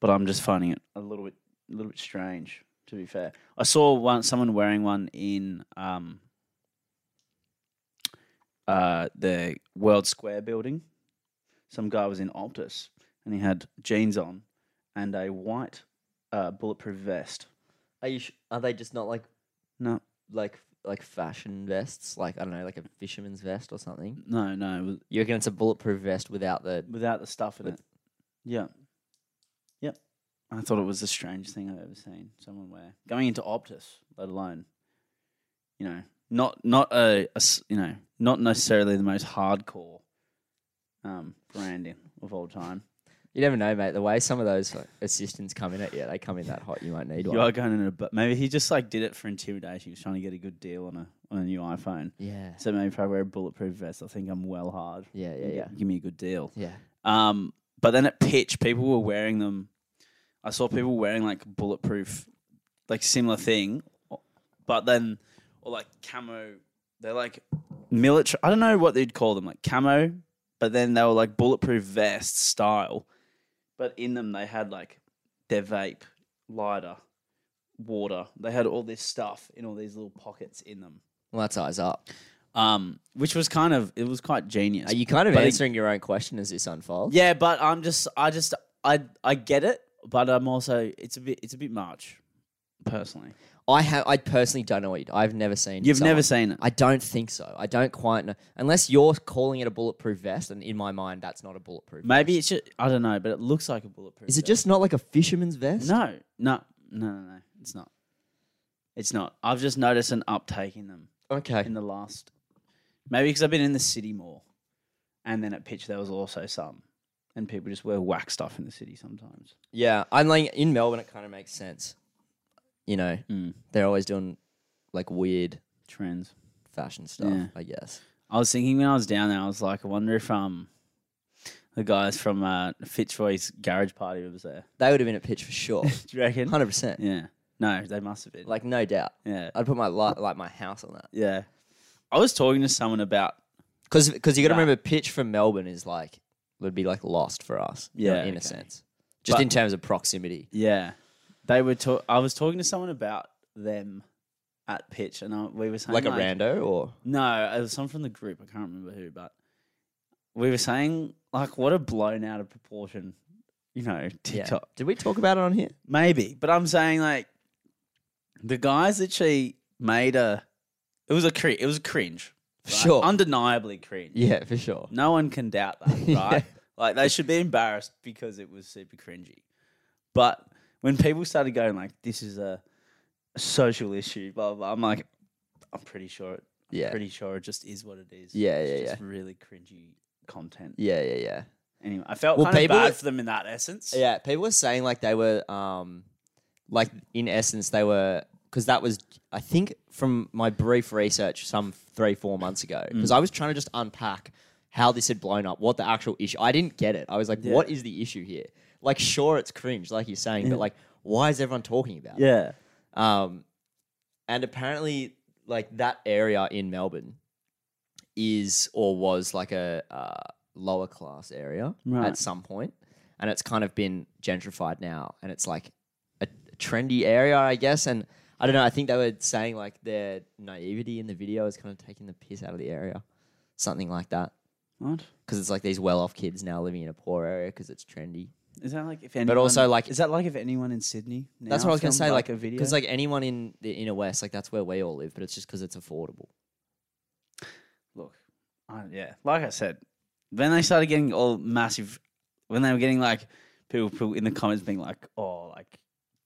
Speaker 2: but I'm just finding it a little bit, a little bit strange. To be fair, I saw one someone wearing one in um, uh, the World Square building. Some guy was in Optus and he had jeans on and a white uh, bulletproof vest.
Speaker 1: Are you? Sh- are they just not like
Speaker 2: No,
Speaker 1: like like fashion vests? Like I don't know, like a fisherman's vest or something.
Speaker 2: no, no, it was
Speaker 1: You reckon it's a bulletproof vest without the?
Speaker 2: without the stuff in
Speaker 1: With-
Speaker 2: it. Yeah, yep. I thought it was the strangest thing I've ever seen someone wear going into Optus, let alone, you know, not not a, a s- you know not necessarily the most hardcore um, branding of all time.
Speaker 1: You never know, mate. The way some of those like, assistants come in at you, they come in that hot. You might need
Speaker 2: You
Speaker 1: one.
Speaker 2: are going in a but maybe he just like did it for intimidation. He was trying to get a good deal on a on a new iPhone.
Speaker 1: Yeah,
Speaker 2: So maybe if I wear a bulletproof vest, I think I'm well hard.
Speaker 1: yeah, yeah,
Speaker 2: You
Speaker 1: yeah,
Speaker 2: get- Give me a good deal.
Speaker 1: yeah.
Speaker 2: Um, but then at pitch, people were wearing them. I saw people wearing like bulletproof, like similar thing, but then or like camo. They're like military. I don't know what they'd call them, like camo. But then they were like bulletproof vest style, but in them they had like their vape, lighter, water. They had all this stuff in all these little pockets in them,
Speaker 1: Well, that's eyes up.
Speaker 2: um, which was kind of it was quite genius.
Speaker 1: Are you kind of
Speaker 2: But it-
Speaker 1: answering your own question as this unfolds?
Speaker 2: Yeah, but I'm just, I just, I, I get it, but I'm also, it's a bit, it's a bit much, personally.
Speaker 1: I have. I personally don't know what you, I've never seen.
Speaker 2: You've
Speaker 1: someone-
Speaker 2: never seen it.
Speaker 1: I don't think so. I don't quite know. Unless you're calling it a bulletproof vest, and in my mind, that's not a bulletproof.
Speaker 2: Maybe it's just, I don't know, but it looks like a bulletproof.
Speaker 1: Is it
Speaker 2: vest.
Speaker 1: just not like a fisherman's vest?
Speaker 2: No, no, no, no, no. It's not. It's not. I've just noticed an uptake in them
Speaker 1: Okay.
Speaker 2: in the last, maybe because I've been in the city more, and then at pitch there was also some, and people just wear whack stuff in the city sometimes.
Speaker 1: Yeah, I'm like in Melbourne. It kind of makes sense. You know,
Speaker 2: Mm.
Speaker 1: they're always doing like weird
Speaker 2: Trends.
Speaker 1: fashion stuff.
Speaker 2: Yeah.
Speaker 1: I guess.
Speaker 2: I was thinking when I was down there, I was like, I wonder if um the guys from uh, Fitzroy's garage party was there.
Speaker 1: They would have been at pitch for sure,
Speaker 2: Do you reckon?
Speaker 1: hundred percent.
Speaker 2: Yeah. No, they must have been.
Speaker 1: Like no doubt.
Speaker 2: yeah,
Speaker 1: I'd put my li- like my house on that
Speaker 2: yeah. I was talking to someone about
Speaker 1: because because you got to
Speaker 2: Yeah.
Speaker 1: remember pitch from Melbourne is like would be like lost for us. you know,
Speaker 2: Yeah,
Speaker 1: in
Speaker 2: okay.
Speaker 1: a sense, just
Speaker 2: But-
Speaker 1: in terms of proximity.
Speaker 2: yeah. They were ta- I was talking to someone about them at pitch, and I, we were saying
Speaker 1: Like a rando or
Speaker 2: No, it was someone from the group. I can't remember who, but we were saying like what a blown out of proportion, you know,
Speaker 1: yeah.
Speaker 2: TikTok
Speaker 1: Did we talk about it on here?
Speaker 2: Maybe, but I'm saying like the guys that she made a it was a cr- it was cringe,
Speaker 1: For sure.
Speaker 2: undeniably cringe.
Speaker 1: yeah, for sure.
Speaker 2: No one can doubt that, right?
Speaker 1: Yeah.
Speaker 2: Like they should be embarrassed because it was super cringy. But when people started going like, "This is a social issue," blah blah, blah I'm like, I'm pretty sure it. I'm
Speaker 1: Yeah.
Speaker 2: pretty sure it just is what it is.
Speaker 1: Yeah,
Speaker 2: it's
Speaker 1: yeah,
Speaker 2: just Really cringy content.
Speaker 1: Yeah, yeah, yeah.
Speaker 2: Anyway, I felt
Speaker 1: Well,
Speaker 2: kind of
Speaker 1: people-
Speaker 2: bad for them in that essence.
Speaker 1: Yeah, people were saying like they were, um, like in essence, they were because that was, I think, from my brief research some three four months ago because I was trying to just unpack how this had blown up, what the actual issue. I didn't get it. I was like,
Speaker 2: Yeah.
Speaker 1: what is the issue here? Like, sure, it's cringe, like you're saying, but like, why is everyone talking about it?
Speaker 2: Yeah.
Speaker 1: Um, and apparently, like that area in Melbourne is or was like a uh, lower class area
Speaker 2: Right.
Speaker 1: at some point, and it's kind of been gentrified now, and it's like a trendy area, I guess. And I don't know. I think they were saying like their naivety in the video is kind of taking the piss out of the area, something like that.
Speaker 2: What
Speaker 1: Because it's like these well-off kids now living in a poor area because it's trendy.
Speaker 2: is that like? If anyone,
Speaker 1: also, like-
Speaker 2: is that like if anyone in Sydney?
Speaker 1: That's
Speaker 2: now
Speaker 1: what I was gonna
Speaker 2: filmed,
Speaker 1: say, like,
Speaker 2: a video.
Speaker 1: Because like anyone in the inner west, like that's where we all live, but it's just because it's affordable.
Speaker 2: look, I, yeah, like I said, when they started getting all massive, when they were getting like people, people in the comments being like, oh, like,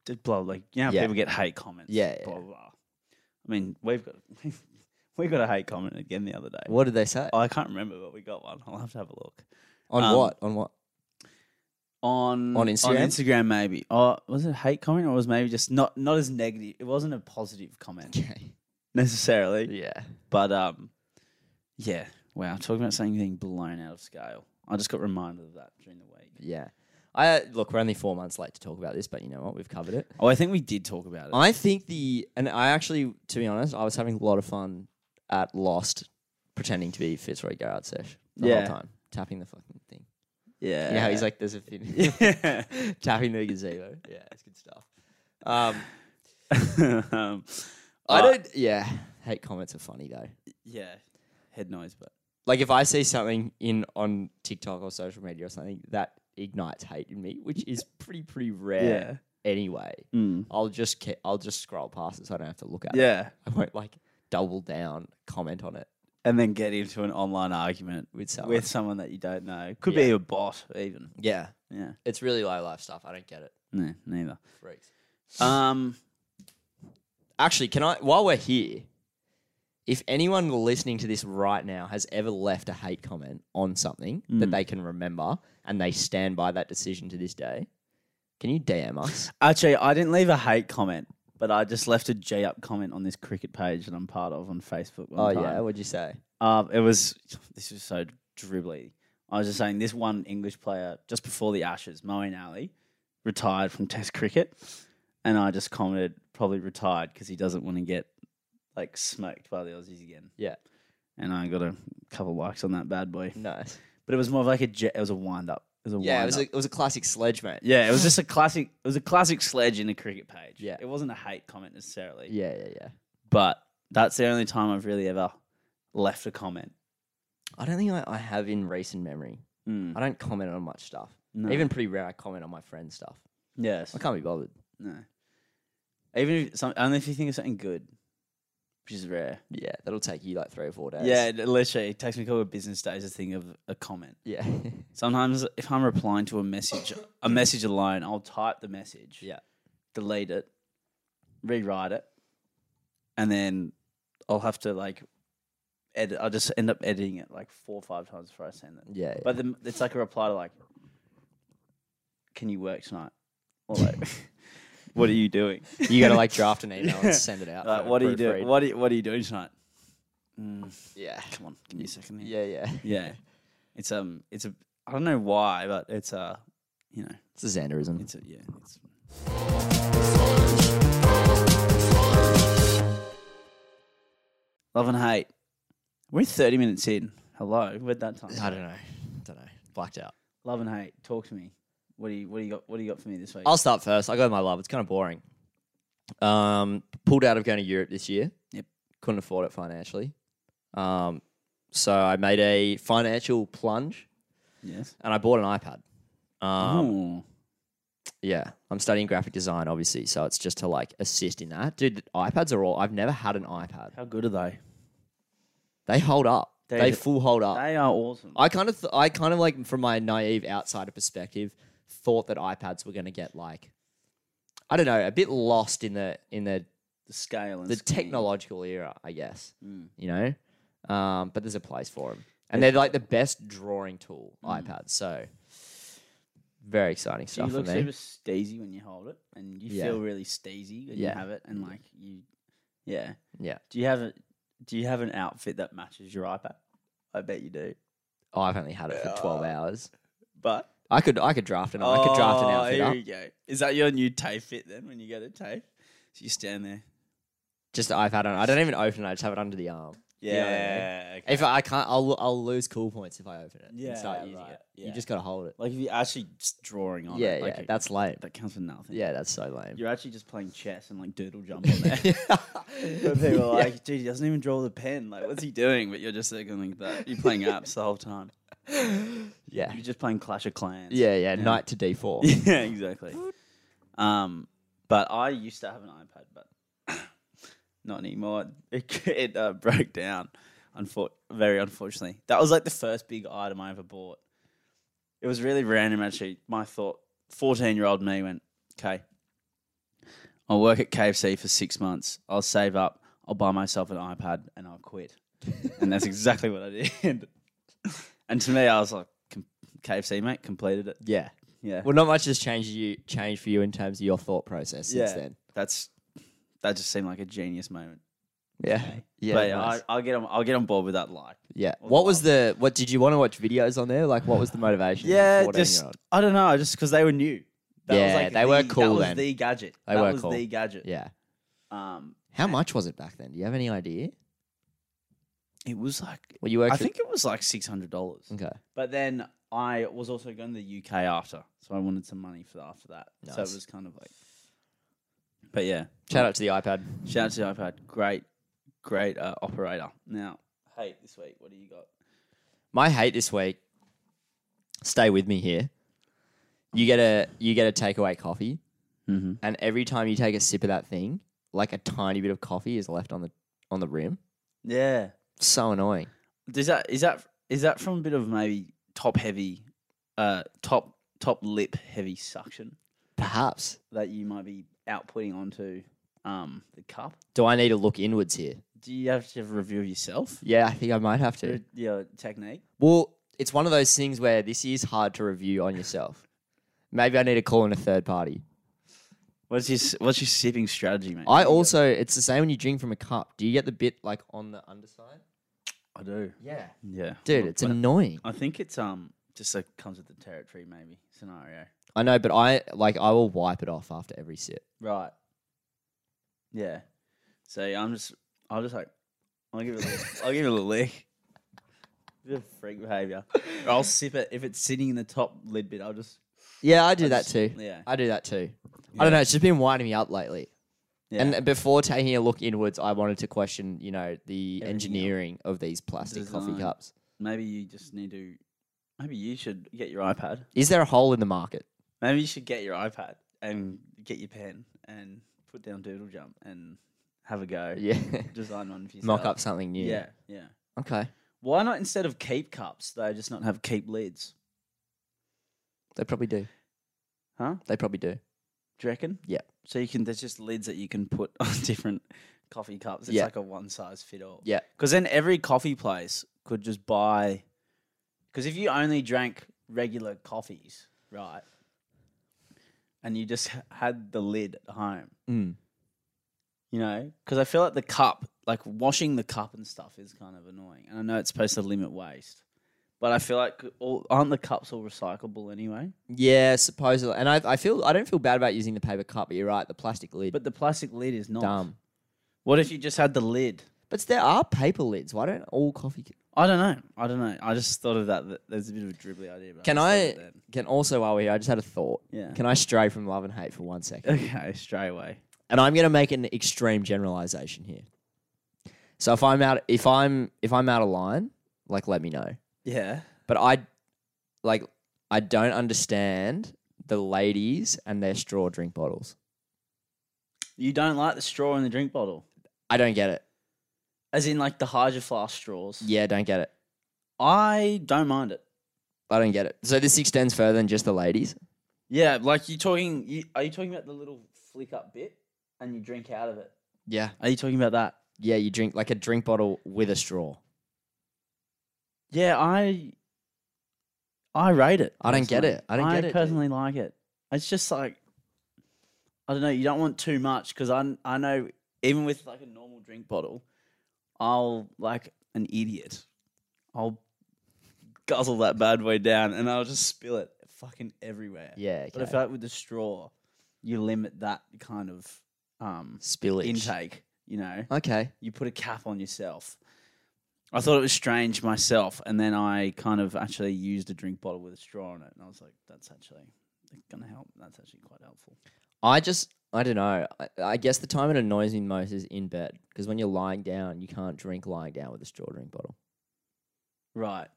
Speaker 2: did blah, like, you know, how
Speaker 1: Yeah.
Speaker 2: people get hate comments,
Speaker 1: Yeah, yeah,
Speaker 2: blah,
Speaker 1: yeah.
Speaker 2: blah, blah. I mean, we've got we got a hate comment again the other day.
Speaker 1: What did they say?
Speaker 2: I can't remember, but we got one. I'll have to have a look
Speaker 1: On
Speaker 2: um,
Speaker 1: what? On what?
Speaker 2: on
Speaker 1: On Instagram?
Speaker 2: Instagram, maybe. Oh, was it a hate comment or was maybe just not not as negative? It wasn't a positive comment
Speaker 1: Okay.
Speaker 2: necessarily.
Speaker 1: Yeah.
Speaker 2: But um, yeah. Wow, talking about something being blown out of scale. I just got reminded of that during the week.
Speaker 1: Yeah. I look, we're only four months late to talk about this, but you know what? We've covered it.
Speaker 2: Oh, I think we did talk about it.
Speaker 1: I think the and I actually, to be honest, I was having a lot of fun at Lost, pretending to be Fitzroy Garrard Sesh the
Speaker 2: Yeah.
Speaker 1: whole time, tapping the fucking thing.
Speaker 2: yeah.
Speaker 1: Yeah, he's like, there's a thing,
Speaker 2: Yeah.
Speaker 1: tapping the gazebo. Yeah, it's good stuff. Um,
Speaker 2: um,
Speaker 1: I
Speaker 2: Uh,
Speaker 1: don't. Yeah, hate comments are funny though.
Speaker 2: yeah. Head noise, but
Speaker 1: like if I see something in on TikTok or social media or something that ignites hate in me, which is pretty pretty rare anyway.
Speaker 2: Mm.
Speaker 1: I'll just ke- I'll just scroll past it so I don't have to look at it.
Speaker 2: yeah.
Speaker 1: I won't like double down comment on it
Speaker 2: And then get into an online argument
Speaker 1: with someone.
Speaker 2: with someone that you don't know. Could be
Speaker 1: Yeah.
Speaker 2: a bot, even.
Speaker 1: yeah,
Speaker 2: Yeah.
Speaker 1: it's really low life stuff. I don't get it.
Speaker 2: No, neither.
Speaker 1: Freaks.
Speaker 2: Um.
Speaker 1: Actually, can I while we're here, if anyone listening to this right now has ever left a hate comment on something
Speaker 2: Mm.
Speaker 1: that they can remember and they stand by that decision to this day, can you DM us?
Speaker 2: Actually, I didn't leave a hate comment, but I just left a G up comment on this cricket page that I'm part of on Facebook.
Speaker 1: oh
Speaker 2: one time.
Speaker 1: yeah, what'd you say?
Speaker 2: Um, it was this was so dribbly. I was just saying this one English player just before the Ashes, Moeen Ali, retired from Test cricket, and I just commented probably retired because he doesn't want to get like smoked by the Aussies again.
Speaker 1: Yeah.
Speaker 2: and I got a couple likes on that bad boy.
Speaker 1: Nice.
Speaker 2: But it was more of like a jet. It was a wind up. It was a
Speaker 1: Yeah, it was a,
Speaker 2: wind-up.
Speaker 1: it was a classic sledge, mate.
Speaker 2: yeah. It was just a classic. It was a classic sledge in a cricket page.
Speaker 1: Yeah.
Speaker 2: it wasn't a hate comment necessarily.
Speaker 1: yeah, yeah, yeah.
Speaker 2: but that's the only time I've really ever left a comment.
Speaker 1: I don't think I, I have in recent memory.
Speaker 2: Mm.
Speaker 1: I don't comment on much stuff.
Speaker 2: No.
Speaker 1: Even pretty rare, I comment on my friends' stuff.
Speaker 2: Yes.
Speaker 1: I can't be bothered.
Speaker 2: No. Even if some, only if you think of something good, which is rare.
Speaker 1: Yeah, that'll take you like three or four days.
Speaker 2: Yeah, it- literally, it takes me a couple of business days to think of a comment.
Speaker 1: yeah,
Speaker 2: Sometimes, if I'm replying to a message, a message alone, I'll type the message,
Speaker 1: yeah.
Speaker 2: delete it, rewrite it, and then I'll have to like edit. I'll just end up editing it like four or five times before I send it.
Speaker 1: Yeah,
Speaker 2: But the, it's like a reply to like, "Can you work tonight?" Or like, "What are you doing?"
Speaker 1: you got to like draft an email
Speaker 2: Yeah.
Speaker 1: and send it out.
Speaker 2: Like,
Speaker 1: for
Speaker 2: what are you
Speaker 1: proofread.
Speaker 2: doing? What are you, what are you doing tonight? Mm,
Speaker 1: Yeah,
Speaker 2: come on, give me a second. here.
Speaker 1: yeah, yeah.
Speaker 2: yeah. It's um, it's a. I don't know why, but it's uh, you know,
Speaker 1: It's a Xanderism.
Speaker 2: it's a yeah. It's, Love and hate. We're thirty minutes in. Hello, where'd that time?
Speaker 1: I don't know. don't know. Blacked out.
Speaker 2: Love and hate. Talk to me. What do you what do you got? What do you got for me this week?
Speaker 1: I'll start first. I go with my love. It's kind of boring. Um, pulled out of going to Europe this year.
Speaker 2: Yep.
Speaker 1: Couldn't afford it financially. Um, so I made a financial plunge
Speaker 2: yes.
Speaker 1: and I bought an iPad. Um,
Speaker 2: Ooh.
Speaker 1: yeah, I'm studying graphic design, obviously, so it's just to like assist in that. Dude, iPads are all. I've never had an iPad.
Speaker 2: How good are they?
Speaker 1: They hold up.
Speaker 2: They-
Speaker 1: They, full hold up.
Speaker 2: They are awesome.
Speaker 1: I kind of, th- I kind of like from my naive outsider perspective, thought that iPads were going to get like I don't know, a bit lost in the in the
Speaker 2: The scale and
Speaker 1: the
Speaker 2: scheme.
Speaker 1: technological era, I guess.
Speaker 2: Mm.
Speaker 1: You know, um, but there's a place for them, and they're like the best drawing tool
Speaker 2: Hmm.
Speaker 1: iPads. So very exciting
Speaker 2: So
Speaker 1: stuff
Speaker 2: you
Speaker 1: for
Speaker 2: look
Speaker 1: me.
Speaker 2: super steezy when you hold it, and you
Speaker 1: Yeah.
Speaker 2: feel really steezy when
Speaker 1: Yeah.
Speaker 2: you have it, and like you, yeah,
Speaker 1: Yeah.
Speaker 2: Do you have a Do you have an outfit that matches your iPad? I bet you do.
Speaker 1: Oh, I've only had it for twelve
Speaker 2: Yeah.
Speaker 1: hours.
Speaker 2: But
Speaker 1: I could I could draft an I could draft an
Speaker 2: Oh,
Speaker 1: outfit
Speaker 2: Here
Speaker 1: up.
Speaker 2: we go. Is that your new TAFE fit then? When you go to TAFE, so you stand there.
Speaker 1: Just I've had on. I don't even open it. I just have it under the arm.
Speaker 2: Yeah.
Speaker 1: know what I mean?
Speaker 2: okay.
Speaker 1: If I, I can't, I'll I'll lose cool points if I open it
Speaker 2: Yeah,
Speaker 1: and start using
Speaker 2: right,
Speaker 1: it.
Speaker 2: yeah.
Speaker 1: You just gotta hold it.
Speaker 2: like if you're actually just drawing on
Speaker 1: yeah,
Speaker 2: it, like
Speaker 1: yeah.
Speaker 2: it-
Speaker 1: That's lame.
Speaker 2: that counts for nothing.
Speaker 1: Yeah, that's so lame.
Speaker 2: You're actually just playing chess and like doodle jump on there. But people
Speaker 1: Yeah.
Speaker 2: are like, dude, he doesn't even draw the pen. Like, what's he doing? But you're just there going like that. You're playing apps the whole time.
Speaker 1: yeah,
Speaker 2: You're just playing Clash of Clans.
Speaker 1: yeah, yeah.
Speaker 2: Yeah.
Speaker 1: Knight to D four.
Speaker 2: yeah, exactly. Um, but I used to have an iPad, but not anymore. It, it uh, broke down, unfor- very unfortunately. That was like the first big item I ever bought. It was really random, actually. My thought, 14 year old me went, okay, I'll work at KFC for six months. I'll save up. I'll buy myself an iPad and I'll quit. and that's exactly what I did. and to me, I was like, "Com- KFC, mate, completed it.
Speaker 1: Yeah.
Speaker 2: Yeah.
Speaker 1: Well, not much has changed you changed for you in terms of your thought process since
Speaker 2: Yeah.
Speaker 1: then.
Speaker 2: that's that just seemed like a genius moment.
Speaker 1: Yeah. Yeah.
Speaker 2: but
Speaker 1: nice.
Speaker 2: I, I'll get on. I'll get on board with that. Like,
Speaker 1: yeah.
Speaker 2: Well,
Speaker 1: What was
Speaker 2: love.
Speaker 1: the what did you want to watch videos on there? Like what was the motivation? as a
Speaker 2: yeah,
Speaker 1: 14
Speaker 2: just
Speaker 1: year-old?
Speaker 2: I don't know, just because they were new.
Speaker 1: Yeah, they were
Speaker 2: the- That
Speaker 1: cool
Speaker 2: was
Speaker 1: then.
Speaker 2: the gadget.
Speaker 1: They
Speaker 2: that
Speaker 1: were
Speaker 2: was
Speaker 1: cool.
Speaker 2: the gadget.
Speaker 1: Yeah.
Speaker 2: Um,
Speaker 1: How much was it back then? Do you have any idea?
Speaker 2: it was like
Speaker 1: Well, you worked Mm.
Speaker 2: I
Speaker 1: at-
Speaker 2: think it was like six hundred dollars.
Speaker 1: Okay.
Speaker 2: But then I was also going to the UK after, so I wanted some money for after that. So it
Speaker 1: Nice.
Speaker 2: was kind of like, but yeah,
Speaker 1: Shout out to the iPad.
Speaker 2: Shout out to the iPad. Great, great uh, operator. Now, hey, this week, what do you got?
Speaker 1: My hate this week. Stay with me here. You get a you get a takeaway coffee,
Speaker 2: Mm-hmm.
Speaker 1: and every time you take a sip of that thing, like a tiny bit of coffee is left on the on the rim.
Speaker 2: Yeah.
Speaker 1: So annoying.
Speaker 2: Does that is that is that from a bit of maybe top heavy, uh, top top lip heavy suction
Speaker 1: Perhaps
Speaker 2: that you might be outputting onto um the cup?
Speaker 1: do I need to look inwards here?
Speaker 2: Do you have to have a review of yourself?
Speaker 1: Yeah, I think I might have to.
Speaker 2: Your, your technique?
Speaker 1: Well, it's one of those things where this is hard to review on yourself. Maybe I need to call in a third party.
Speaker 2: What's your s- what's your sipping strategy, mate?
Speaker 1: I also, it's the same when you drink from a cup. Do you get the bit like on the underside?
Speaker 2: I do.
Speaker 1: Yeah.
Speaker 2: Yeah,
Speaker 1: Dude,
Speaker 2: Well,
Speaker 1: it's
Speaker 2: well,
Speaker 1: annoying.
Speaker 2: I think it's um just like comes with the territory, maybe scenario.
Speaker 1: I know, but I like I will wipe it off after every sip.
Speaker 2: Right. Yeah. So I'm just, I'll just like, I'll give it, a little, I'll give it a little lick. Bit of freak behavior. Or I'll sip it if it's sitting in the top lid bit. I'll just
Speaker 1: Yeah, I do
Speaker 2: I'll
Speaker 1: that
Speaker 2: just-
Speaker 1: too.
Speaker 2: Yeah.
Speaker 1: I do that too. I
Speaker 2: Yeah.
Speaker 1: don't know. It's just been winding me up lately.
Speaker 2: yeah.
Speaker 1: And before taking a look inwards, I wanted to question, you know, the
Speaker 2: Everything else.
Speaker 1: engineering of these plastic
Speaker 2: Design.
Speaker 1: coffee cups.
Speaker 2: maybe you just need to, maybe you should get your iPad.
Speaker 1: Is there a hole in the market?
Speaker 2: Maybe you should get your iPad and get your pen and put down Doodle Jump and have a go.
Speaker 1: Yeah.
Speaker 2: Design one for yourself.
Speaker 1: Mock up something new.
Speaker 2: Yeah. Yeah.
Speaker 1: Okay.
Speaker 2: Why not instead of keep cups, though, just not have keep lids?
Speaker 1: They probably do.
Speaker 2: Huh?
Speaker 1: They probably do.
Speaker 2: Do you reckon?
Speaker 1: Yeah.
Speaker 2: So you can there's just lids that you can put on different coffee cups. It's
Speaker 1: Yeah.
Speaker 2: like a one size fit all.
Speaker 1: Yeah.
Speaker 2: Because then every coffee place could just buy. Because if you only drank regular coffees, right, and you just h- had the lid at home,
Speaker 1: Mm.
Speaker 2: you know, because I feel like the cup, like washing the cup and stuff, is kind of annoying. And I know it's supposed to limit waste, but I feel like all, aren't the cups all recyclable anyway?
Speaker 1: Yeah, supposedly. And I, I feel I don't feel bad about using the paper cup, but you're right, the plastic lid.
Speaker 2: But the plastic lid is not.
Speaker 1: dumb.
Speaker 2: What if you just had the lid?
Speaker 1: But there are paper lids. Why don't all coffee ca-
Speaker 2: I don't know. I don't know. I just thought of that. that There's a bit of a dribbly idea. But
Speaker 1: Can
Speaker 2: just thought of
Speaker 1: I-
Speaker 2: it then.
Speaker 1: can also while we're here, I just had a thought.
Speaker 2: Yeah.
Speaker 1: Can I stray from love and hate for one second?
Speaker 2: okay, straight away.
Speaker 1: And I'm gonna make an extreme generalization here. So if I'm out if I'm if I'm out of line, like let me know.
Speaker 2: Yeah.
Speaker 1: But I like I don't understand the ladies and their straw drink bottles.
Speaker 2: You don't like the straw in the drink bottle,
Speaker 1: I don't get it.
Speaker 2: as in like the Hydro Flask straws.
Speaker 1: Yeah, don't get it.
Speaker 2: I don't mind it.
Speaker 1: I don't get it. So this extends further than just the ladies.
Speaker 2: Yeah, like you talking. You, are you talking about the little flick up bit and you drink out of it?
Speaker 1: Yeah.
Speaker 2: Are you talking about that?
Speaker 1: Yeah, you drink like a drink bottle with a straw.
Speaker 2: Yeah, I I rate it.
Speaker 1: I don't get
Speaker 2: personally.
Speaker 1: it. I don't get it, dude.
Speaker 2: personally like it. It's just like I don't know. You don't want too much because I I know even with like a normal drink bottle, I'll like an idiot. I'll guzzle that bad boy down and I'll just spill it fucking everywhere.
Speaker 1: Yeah.
Speaker 2: But if that with the straw, you limit that kind of um
Speaker 1: spillage.
Speaker 2: intake. You know
Speaker 1: Okay.
Speaker 2: you put a cap on yourself. I thought it was strange myself, and then I kind of actually used a drink bottle with a straw on it, and I was like, "That's actually going to help. That's actually quite helpful."
Speaker 1: I just, I don't know. I, I guess the time it annoys me most is in bed because when you're lying down, you can't drink lying down with a straw drink bottle.
Speaker 2: Right?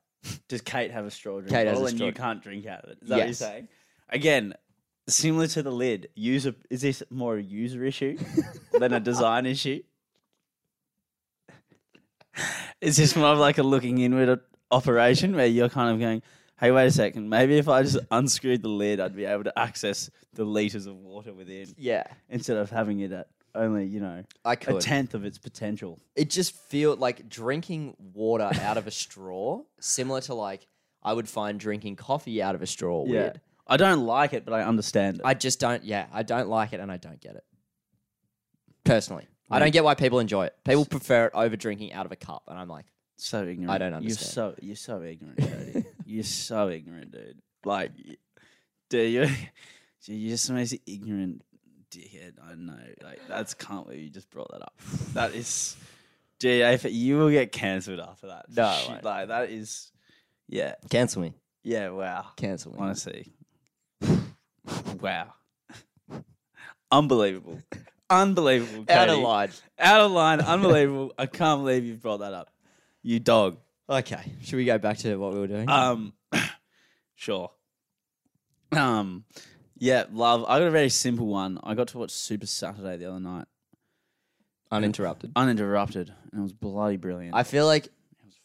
Speaker 2: Does Kate have a straw drink
Speaker 1: Kate has a
Speaker 2: bottle, and
Speaker 1: straw-
Speaker 2: you can't drink out of it? Is that what you're
Speaker 1: Yes.
Speaker 2: saying? Again, similar to the lid. User is this more a user issue than a design issue? Is this more of like a looking inward o- operation where you're kind of going, hey, wait a second, maybe if I just unscrewed the lid, I'd be able to access the litres of water within
Speaker 1: Yeah.
Speaker 2: instead of having it at only, you know,
Speaker 1: I
Speaker 2: a
Speaker 1: could.
Speaker 2: tenth of its potential.
Speaker 1: it just feels like drinking water out of a straw, similar to like I would find drinking coffee out of a straw weird.
Speaker 2: I don't like it, but I understand it.
Speaker 1: I just don't. Yeah, I don't like it, and I don't get it. Personally, I
Speaker 2: Right.
Speaker 1: don't get why people enjoy it. People prefer it over drinking out of a cup, and I'm like,
Speaker 2: so ignorant.
Speaker 1: don't understand.
Speaker 2: You're so you're so ignorant, Cody. you're so ignorant, dude. Like, y- dude, you're, dude, you're just the most ignorant dickhead I know. Like, that's can't believe you just brought that up. That is, dude, if you will get cancelled after that.
Speaker 1: No, I
Speaker 2: Shit,
Speaker 1: won't.
Speaker 2: like that is, yeah,
Speaker 1: cancel me,
Speaker 2: yeah, wow.
Speaker 1: cancel me.
Speaker 2: Honestly, wow, unbelievable, unbelievable.
Speaker 1: Out of
Speaker 2: Cody.
Speaker 1: line.
Speaker 2: out of line, unbelievable. I can't believe you brought that up. You dog.
Speaker 1: Okay, should we go back to what we were doing?
Speaker 2: Um, sure. Um, yeah, love. I got a very simple one. I got to watch Super Saturday the other night,
Speaker 1: Uninterrupted.
Speaker 2: uninterrupted, and it was bloody brilliant.
Speaker 1: I feel like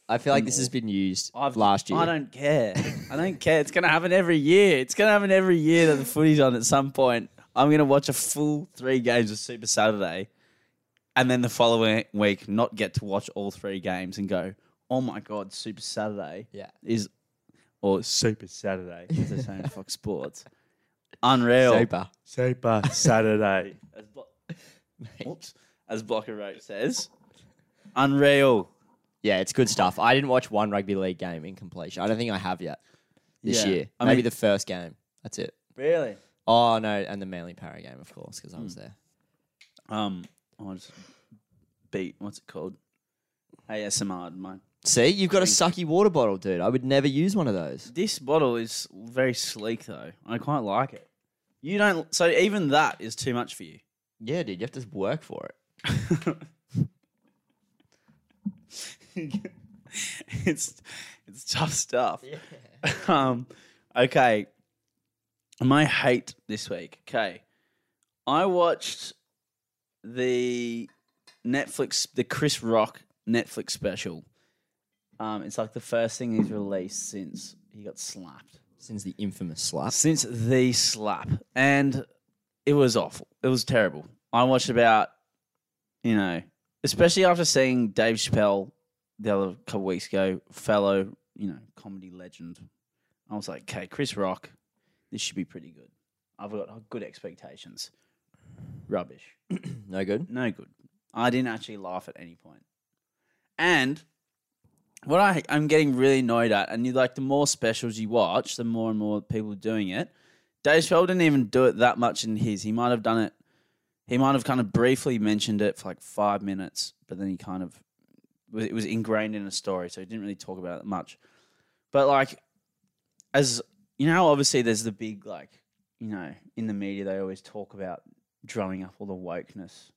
Speaker 1: I feel like this has been used last year.
Speaker 2: I don't care. I don't care. It's gonna happen every year. It's gonna happen every year that the footy's on at some point. I'm gonna watch a full three games of Super Saturday, and then the following week not get to watch all three games and go, oh my god, Super Saturday
Speaker 1: Yeah.
Speaker 2: is or Super Saturday is the same Fox Sports. Unreal.
Speaker 1: Super.
Speaker 2: Super Saturday. As, Blo- Oops. As Blocker Roach says, unreal.
Speaker 1: Yeah, it's good stuff. I didn't watch one rugby league game in completion. I don't think I have yet this
Speaker 2: Yeah.
Speaker 1: year.
Speaker 2: I
Speaker 1: Maybe
Speaker 2: mean-
Speaker 1: the first game. That's it.
Speaker 2: Really?
Speaker 1: Oh no, and the Manly Para game, of course, because I was there.
Speaker 2: Um, I just beat. What's it called? ASMR. Mine.
Speaker 1: See, you've got a sucky water bottle, dude. I would never use one of those.
Speaker 2: This bottle is very sleek, though. I quite like it. You don't. So even that is too much for you.
Speaker 1: Yeah, dude, you have to work for it.
Speaker 2: it's it's tough stuff. Um. Okay. My hate this week. Okay. I watched the Netflix, the Chris Rock Netflix special. Um, it's like the first thing he's released since he got slapped.
Speaker 1: Since the infamous slap.
Speaker 2: Since the slap. And it was awful. It was terrible. I watched about, you know, especially after seeing Dave Chappelle the other couple weeks ago, fellow, you know, comedy legend. I was like, okay, Chris Rock, this should be pretty good. I've got good expectations. Rubbish.
Speaker 1: No good.
Speaker 2: No good. I didn't actually laugh at any point. And what I, I'm getting really annoyed at, and you like the more specials you watch, the more and more people doing it. Dave Chappelle didn't even do it that much in his. He might have done it. He might have kind of briefly mentioned it for like five minutes, but then he kind of it was ingrained in a story, so he didn't really talk about it much. But like, as you know, obviously there's the big like, you know, in the media they always talk about drumming up all the wokeness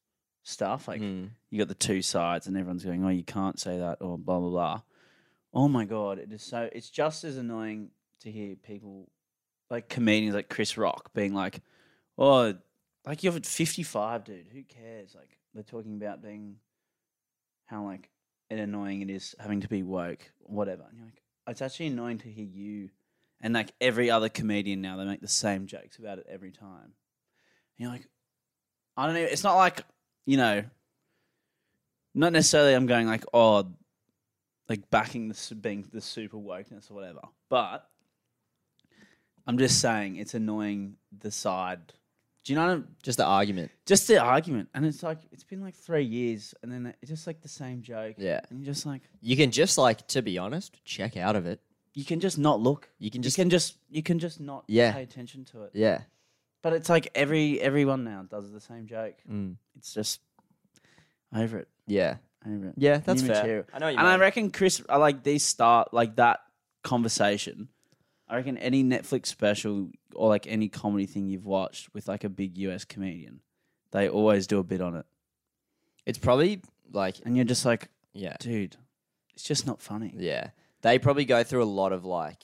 Speaker 2: stuff, like
Speaker 1: Mm.
Speaker 2: you got the two sides and everyone's going, oh, you can't say that or blah, blah, blah. Oh my God. It is so, it's just as annoying to hear people like comedians like Chris Rock being like, oh, like you're 55, dude. Who cares? Like they're talking about being how like it annoying it is having to be woke, whatever. And you're like, it's actually annoying to hear you And like every other comedian now, they make the same jokes about it every time. And you're like, I don't know. It's not like you know, not necessarily. I'm going like, oh, like backing the su- being the super wokeness or whatever. But I'm just saying it's annoying. The side, do you know? What I'm,
Speaker 1: Just the argument.
Speaker 2: just the argument, and it's like it's been like three years, and then it's just like the same joke.
Speaker 1: Yeah.
Speaker 2: and you're just like
Speaker 1: You can just like, to be honest, check out of it.
Speaker 2: you can just not look.
Speaker 1: You can
Speaker 2: You
Speaker 1: just
Speaker 2: can just you can just not
Speaker 1: Yeah.
Speaker 2: pay attention to it.
Speaker 1: yeah.
Speaker 2: But it's like every everyone now does the same joke.
Speaker 1: Mm.
Speaker 2: It's just over it,
Speaker 1: Yeah.
Speaker 2: over it.
Speaker 1: Yeah, that's
Speaker 2: New
Speaker 1: fair.
Speaker 2: material.
Speaker 1: I know what you
Speaker 2: And I
Speaker 1: mean.
Speaker 2: reckon Chris, I like these start like that conversation. I reckon any Netflix special or like any comedy thing you've watched with like a big US comedian, they always do a bit on it,
Speaker 1: it's probably like
Speaker 2: and you're just like,
Speaker 1: yeah,
Speaker 2: dude, it's just not funny.
Speaker 1: yeah. They probably go through a lot of like,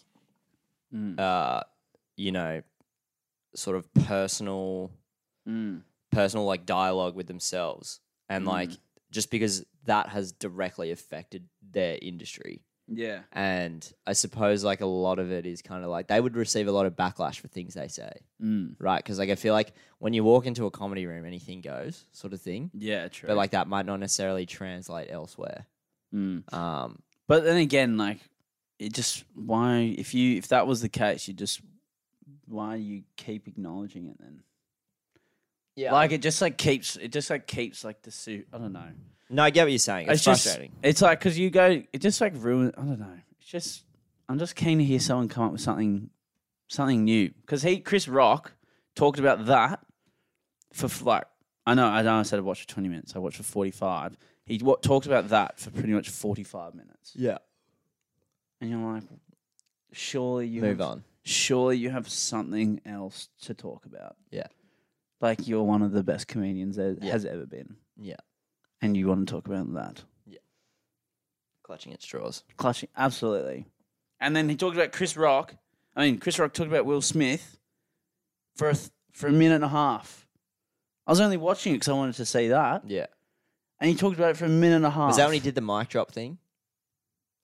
Speaker 2: Mm.
Speaker 1: uh, you know, sort of personal,
Speaker 2: Mm.
Speaker 1: personal like dialogue with themselves, and like just because that has directly affected their industry.
Speaker 2: Yeah.
Speaker 1: And I suppose like a lot of it is kind of like they would receive a lot of backlash for things they say,
Speaker 2: Mm.
Speaker 1: right? Because like I feel like when you walk into a comedy room, anything goes, sort of thing.
Speaker 2: Yeah, true.
Speaker 1: But like that might not necessarily translate elsewhere.
Speaker 2: mm.
Speaker 1: Um,
Speaker 2: but then again, like, it just why if you if that was the case, you just why do you keep acknowledging it then?
Speaker 1: yeah,
Speaker 2: Like it just like keeps it just like keeps like the suit. I don't know.
Speaker 1: No, I get what you're saying. It's,
Speaker 2: just-
Speaker 1: frustrating.
Speaker 2: it's like because you go, it just like ruin. I don't know. It's just I'm just keen to hear someone come up with something, something new. Because he, Chris Rock, talked about that for f- like I know I know I said I watched for 20 minutes. I watched for 45. He what talked about that for pretty much 45 minutes,
Speaker 1: yeah.
Speaker 2: and you're like, surely you
Speaker 1: Move
Speaker 2: have-
Speaker 1: on.
Speaker 2: Surely you have something else to talk about.
Speaker 1: Yeah.
Speaker 2: like you're one of the best comedians there
Speaker 1: Yeah.
Speaker 2: has ever been,
Speaker 1: Yeah.
Speaker 2: and you want to talk about that.
Speaker 1: Clutching at straws.
Speaker 2: clutching absolutely. And then he talked about Chris Rock. I mean, Chris Rock talked about Will Smith for a th- for a minute and a half. I was only watching it because I wanted to see that,
Speaker 1: Yeah. Ah.
Speaker 2: and he talked about it for a minute and a half.
Speaker 1: Was that when he did the mic drop thing?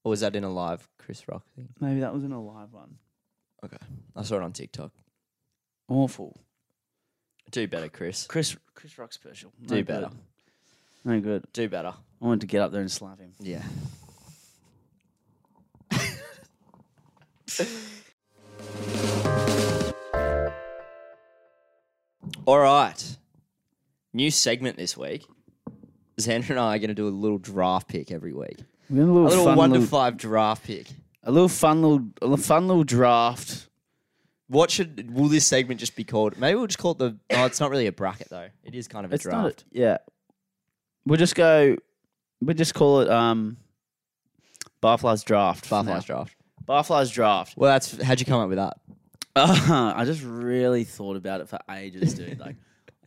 Speaker 1: Or was that in a live Chris Rock thing?
Speaker 2: Maybe that was in a live one.
Speaker 1: I saw it on TikTok.
Speaker 2: Awful.
Speaker 1: Do better, Chris.
Speaker 2: Chris Chris Rock special. No
Speaker 1: Do
Speaker 2: good.
Speaker 1: better.
Speaker 2: No good.
Speaker 1: Do better.
Speaker 2: I wanted to get up there and slap him.
Speaker 1: Yeah. All right. New segment this week. Xander and I are going to do a little draft pick every week.
Speaker 2: We had a little,
Speaker 1: A little
Speaker 2: fun
Speaker 1: one to
Speaker 2: little,
Speaker 1: five draft pick.
Speaker 2: a little fun little a little fun little draft.
Speaker 1: What should will this segment just be called? Maybe we'll just call it the. Oh, it's not really a bracket though. It is kind of a
Speaker 2: It's
Speaker 1: draft.
Speaker 2: not. a- yeah. We'll just go. We'll just call it um. Barfly's draft. for now.
Speaker 1: Fireflies draft.
Speaker 2: Barfly's draft.
Speaker 1: Well, that's how'd you come up with that?
Speaker 2: Uh, I just really thought about it for ages, dude. Like,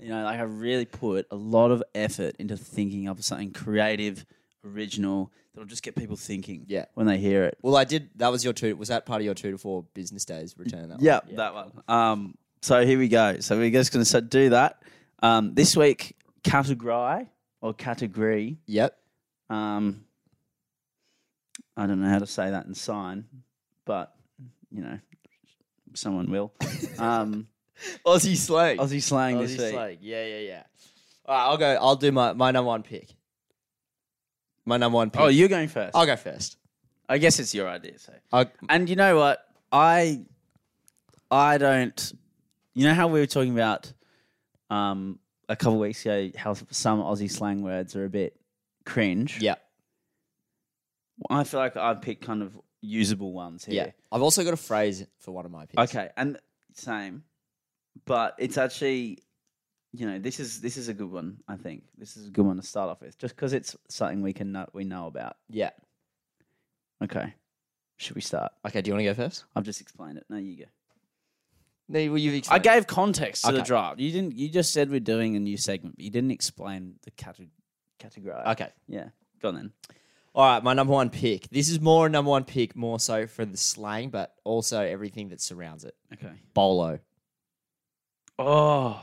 Speaker 2: you know, like I really put a lot of effort into thinking up something creative, original that'll just get people thinking.
Speaker 1: Yeah.
Speaker 2: When they hear it.
Speaker 1: Well, I did. That was your two. Was that part of your two to four business days return? That
Speaker 2: Yeah,
Speaker 1: one?
Speaker 2: that one. Um, so here we go. So we're just going to do that. Um, this week, category or category.
Speaker 1: Yep.
Speaker 2: Um, I don't know how to say that in sign, but you know, someone will. Um,
Speaker 1: Aussie slang.
Speaker 2: Aussie slang this week.
Speaker 1: Yeah, yeah, yeah. All right, I'll go. I'll do my my number one pick. My number one pick.
Speaker 2: Oh, you're going first.
Speaker 1: I'll go first.
Speaker 2: I guess it's your idea. So,
Speaker 1: I'll,
Speaker 2: and you know what? I, I don't. You know how we were talking about, um, a couple weeks ago, how some Aussie slang words are a bit cringe.
Speaker 1: yeah,
Speaker 2: I feel like I've picked kind of usable ones
Speaker 1: yeah,
Speaker 2: here.
Speaker 1: I've also got a phrase for one of my picks.
Speaker 2: Okay, and same, but it's actually, you know, this is this is a good one. I think this is a good one to start off with, just because it's something we can know, we know about.
Speaker 1: Yeah.
Speaker 2: Okay, should we start?
Speaker 1: Okay. Do you want to go first?
Speaker 2: I've just explained it. No, you go.
Speaker 1: No, well, you've
Speaker 2: I gave context to the
Speaker 1: Okay.
Speaker 2: draft. You didn't. You just said we're doing a new segment, but you didn't explain the category. Category.
Speaker 1: Okay.
Speaker 2: Yeah. Go on then.
Speaker 1: All right, my number one pick. This is more a number one pick, more so for the slang, but also everything that surrounds it.
Speaker 2: Okay.
Speaker 1: Bolo.
Speaker 2: Oh,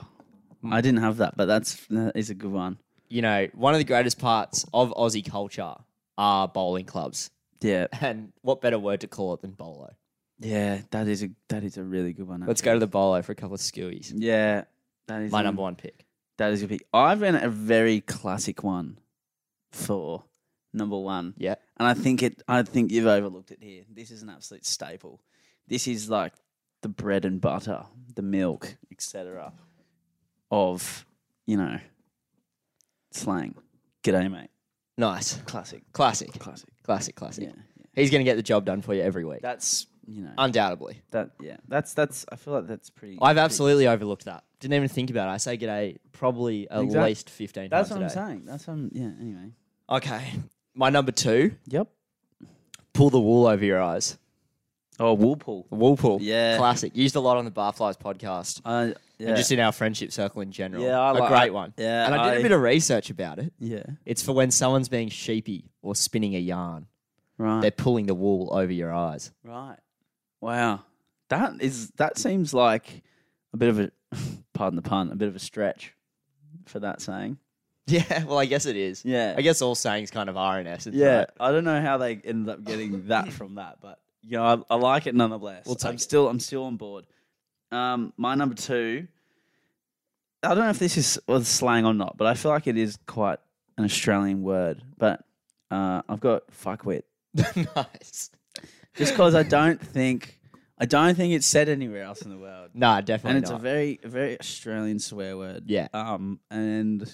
Speaker 2: I didn't have that, but that's that is a good one.
Speaker 1: You know, one of the greatest parts of Aussie culture are bowling clubs.
Speaker 2: Yeah.
Speaker 1: And what better word to call it than bolo?
Speaker 2: Yeah, that is a that is a really good one.
Speaker 1: Let's go to the bolo for a couple of skewies.
Speaker 2: actually. Yeah, that is
Speaker 1: My
Speaker 2: one-
Speaker 1: number one pick.
Speaker 2: That is a pick. I've ran a very classic one for number one.
Speaker 1: Yeah.
Speaker 2: and I think it. I think you've overlooked it here. This is an absolute staple. This is like the bread and butter, the milk, etc. Of you know, slang. G'day, mate.
Speaker 1: Nice.
Speaker 2: Classic,
Speaker 1: Classic.
Speaker 2: classic.
Speaker 1: Classic, classic.
Speaker 2: Yeah,
Speaker 1: He's going to get the job done for you every week.
Speaker 2: that's you know
Speaker 1: Undoubtedly.
Speaker 2: that. Yeah, that's that's. I feel like that's pretty.
Speaker 1: I've
Speaker 2: pretty-
Speaker 1: absolutely overlooked that. Didn't even think about it. I say g'day probably at
Speaker 2: Exact-
Speaker 1: least 15
Speaker 2: That's
Speaker 1: times
Speaker 2: what
Speaker 1: a
Speaker 2: I'm
Speaker 1: day.
Speaker 2: saying. That's what I'm. Yeah. Anyway.
Speaker 1: Okay. My number two,
Speaker 2: Yep.
Speaker 1: pull the wool over your eyes.
Speaker 2: Oh, Woolpool.
Speaker 1: Wool pull.
Speaker 2: Yeah.
Speaker 1: Classic. Used a lot on the Barflies podcast.
Speaker 2: Uh, yeah.
Speaker 1: and just in our friendship circle in general.
Speaker 2: Yeah, I
Speaker 1: a
Speaker 2: like-
Speaker 1: great one.
Speaker 2: yeah,
Speaker 1: and I did a
Speaker 2: I-
Speaker 1: bit of research about it.
Speaker 2: yeah.
Speaker 1: It's for when someone's being sheepy or spinning a yarn.
Speaker 2: Right.
Speaker 1: They're pulling the wool over your eyes.
Speaker 2: Right. Wow. That is that seems like a bit of a pardon the pun, a bit of a stretch for that saying.
Speaker 1: Yeah, well, I guess it is.
Speaker 2: Yeah.
Speaker 1: I guess all sayings kind of are in essence.
Speaker 2: yeah.
Speaker 1: right?
Speaker 2: I don't know how they ended up getting that from that, but you know, I, I like it nonetheless.
Speaker 1: We'll
Speaker 2: I'm
Speaker 1: take it.
Speaker 2: still I'm still on board. Um my number two I don't know if this is was slang or not, but I feel like it is quite an Australian word. But uh, I've got fuckwit.
Speaker 1: nice.
Speaker 2: Just because I don't think I don't think it's said anywhere else in the world.
Speaker 1: Nah, definitely
Speaker 2: and it's
Speaker 1: not.
Speaker 2: a very a very Australian swear word.
Speaker 1: yeah.
Speaker 2: Um, and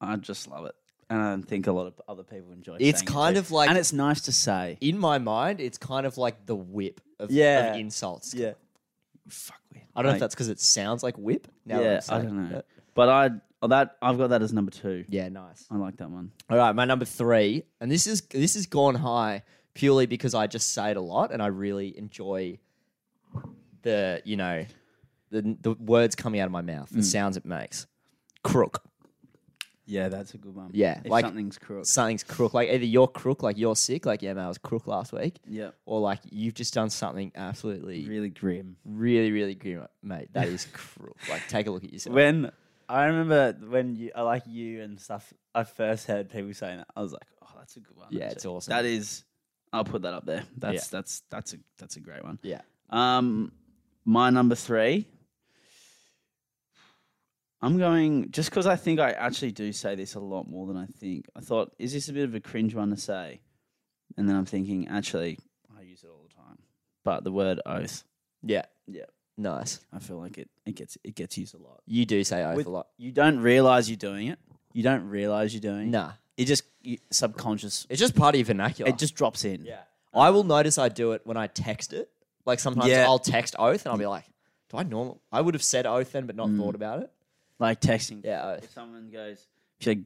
Speaker 2: I just love it, and I think a lot of other people enjoy.
Speaker 1: It's
Speaker 2: saying it
Speaker 1: kind
Speaker 2: too.
Speaker 1: of like-
Speaker 2: and it's nice to say.
Speaker 1: In my mind, it's kind of like the whip of,
Speaker 2: Yeah.
Speaker 1: of insults.
Speaker 2: Yeah. Fuck weird.
Speaker 1: I don't know
Speaker 2: Like,
Speaker 1: if that's because it sounds like whip. Now that
Speaker 2: yeah,
Speaker 1: I'm
Speaker 2: I
Speaker 1: saying
Speaker 2: don't know,
Speaker 1: it.
Speaker 2: but I oh, that I've got that as number two.
Speaker 1: Yeah, nice.
Speaker 2: I like that one.
Speaker 1: All right, my number three, and this is this has gone high purely because I just say it a lot, and I really enjoy the you know the the words coming out of my mouth,
Speaker 2: Hmm.
Speaker 1: the sounds it makes. Crook,
Speaker 2: Yeah, that's a good one.
Speaker 1: Yeah,
Speaker 2: if
Speaker 1: like-
Speaker 2: something's crook.
Speaker 1: something's crook. Like either you're crook, like you're sick, like yeah, man, I was crook last week,
Speaker 2: Yeah,
Speaker 1: or like you've just done something absolutely,
Speaker 2: really grim.
Speaker 1: really, really grim, mate. That is crook. Like take a look at yourself.
Speaker 2: When I remember when you, I like you and stuff. I first heard people saying that. I was like, oh, that's a good one.
Speaker 1: Yeah, it's awesome.
Speaker 2: That is. I'll put that up there. That's that's that's a that's a great one.
Speaker 1: yeah,
Speaker 2: Um, my number three. I'm going just because I think I actually do say this a lot more than I think. I thought, is this a bit of a cringe one to say? And then I'm thinking, actually, I use it all the time. But the word oath,
Speaker 1: yeah,
Speaker 2: Yeah.
Speaker 1: Nice.
Speaker 2: I feel like it, it gets it gets used a lot.
Speaker 1: You do say oath
Speaker 2: With-
Speaker 1: a lot.
Speaker 2: You don't realize you're doing it. You don't realize you're doing it.
Speaker 1: Nah,
Speaker 2: It just you, subconscious.
Speaker 1: it's just part of your vernacular.
Speaker 2: It just drops in.
Speaker 1: Yeah. I will notice I do it when I text it. Like sometimes
Speaker 2: Yeah.
Speaker 1: I'll text oath and I'll be like, do I normal? I would have said oath then, but not
Speaker 2: Mm.
Speaker 1: thought about it.
Speaker 2: Like texting.
Speaker 1: Yeah, oath.
Speaker 2: if someone goes, if you like,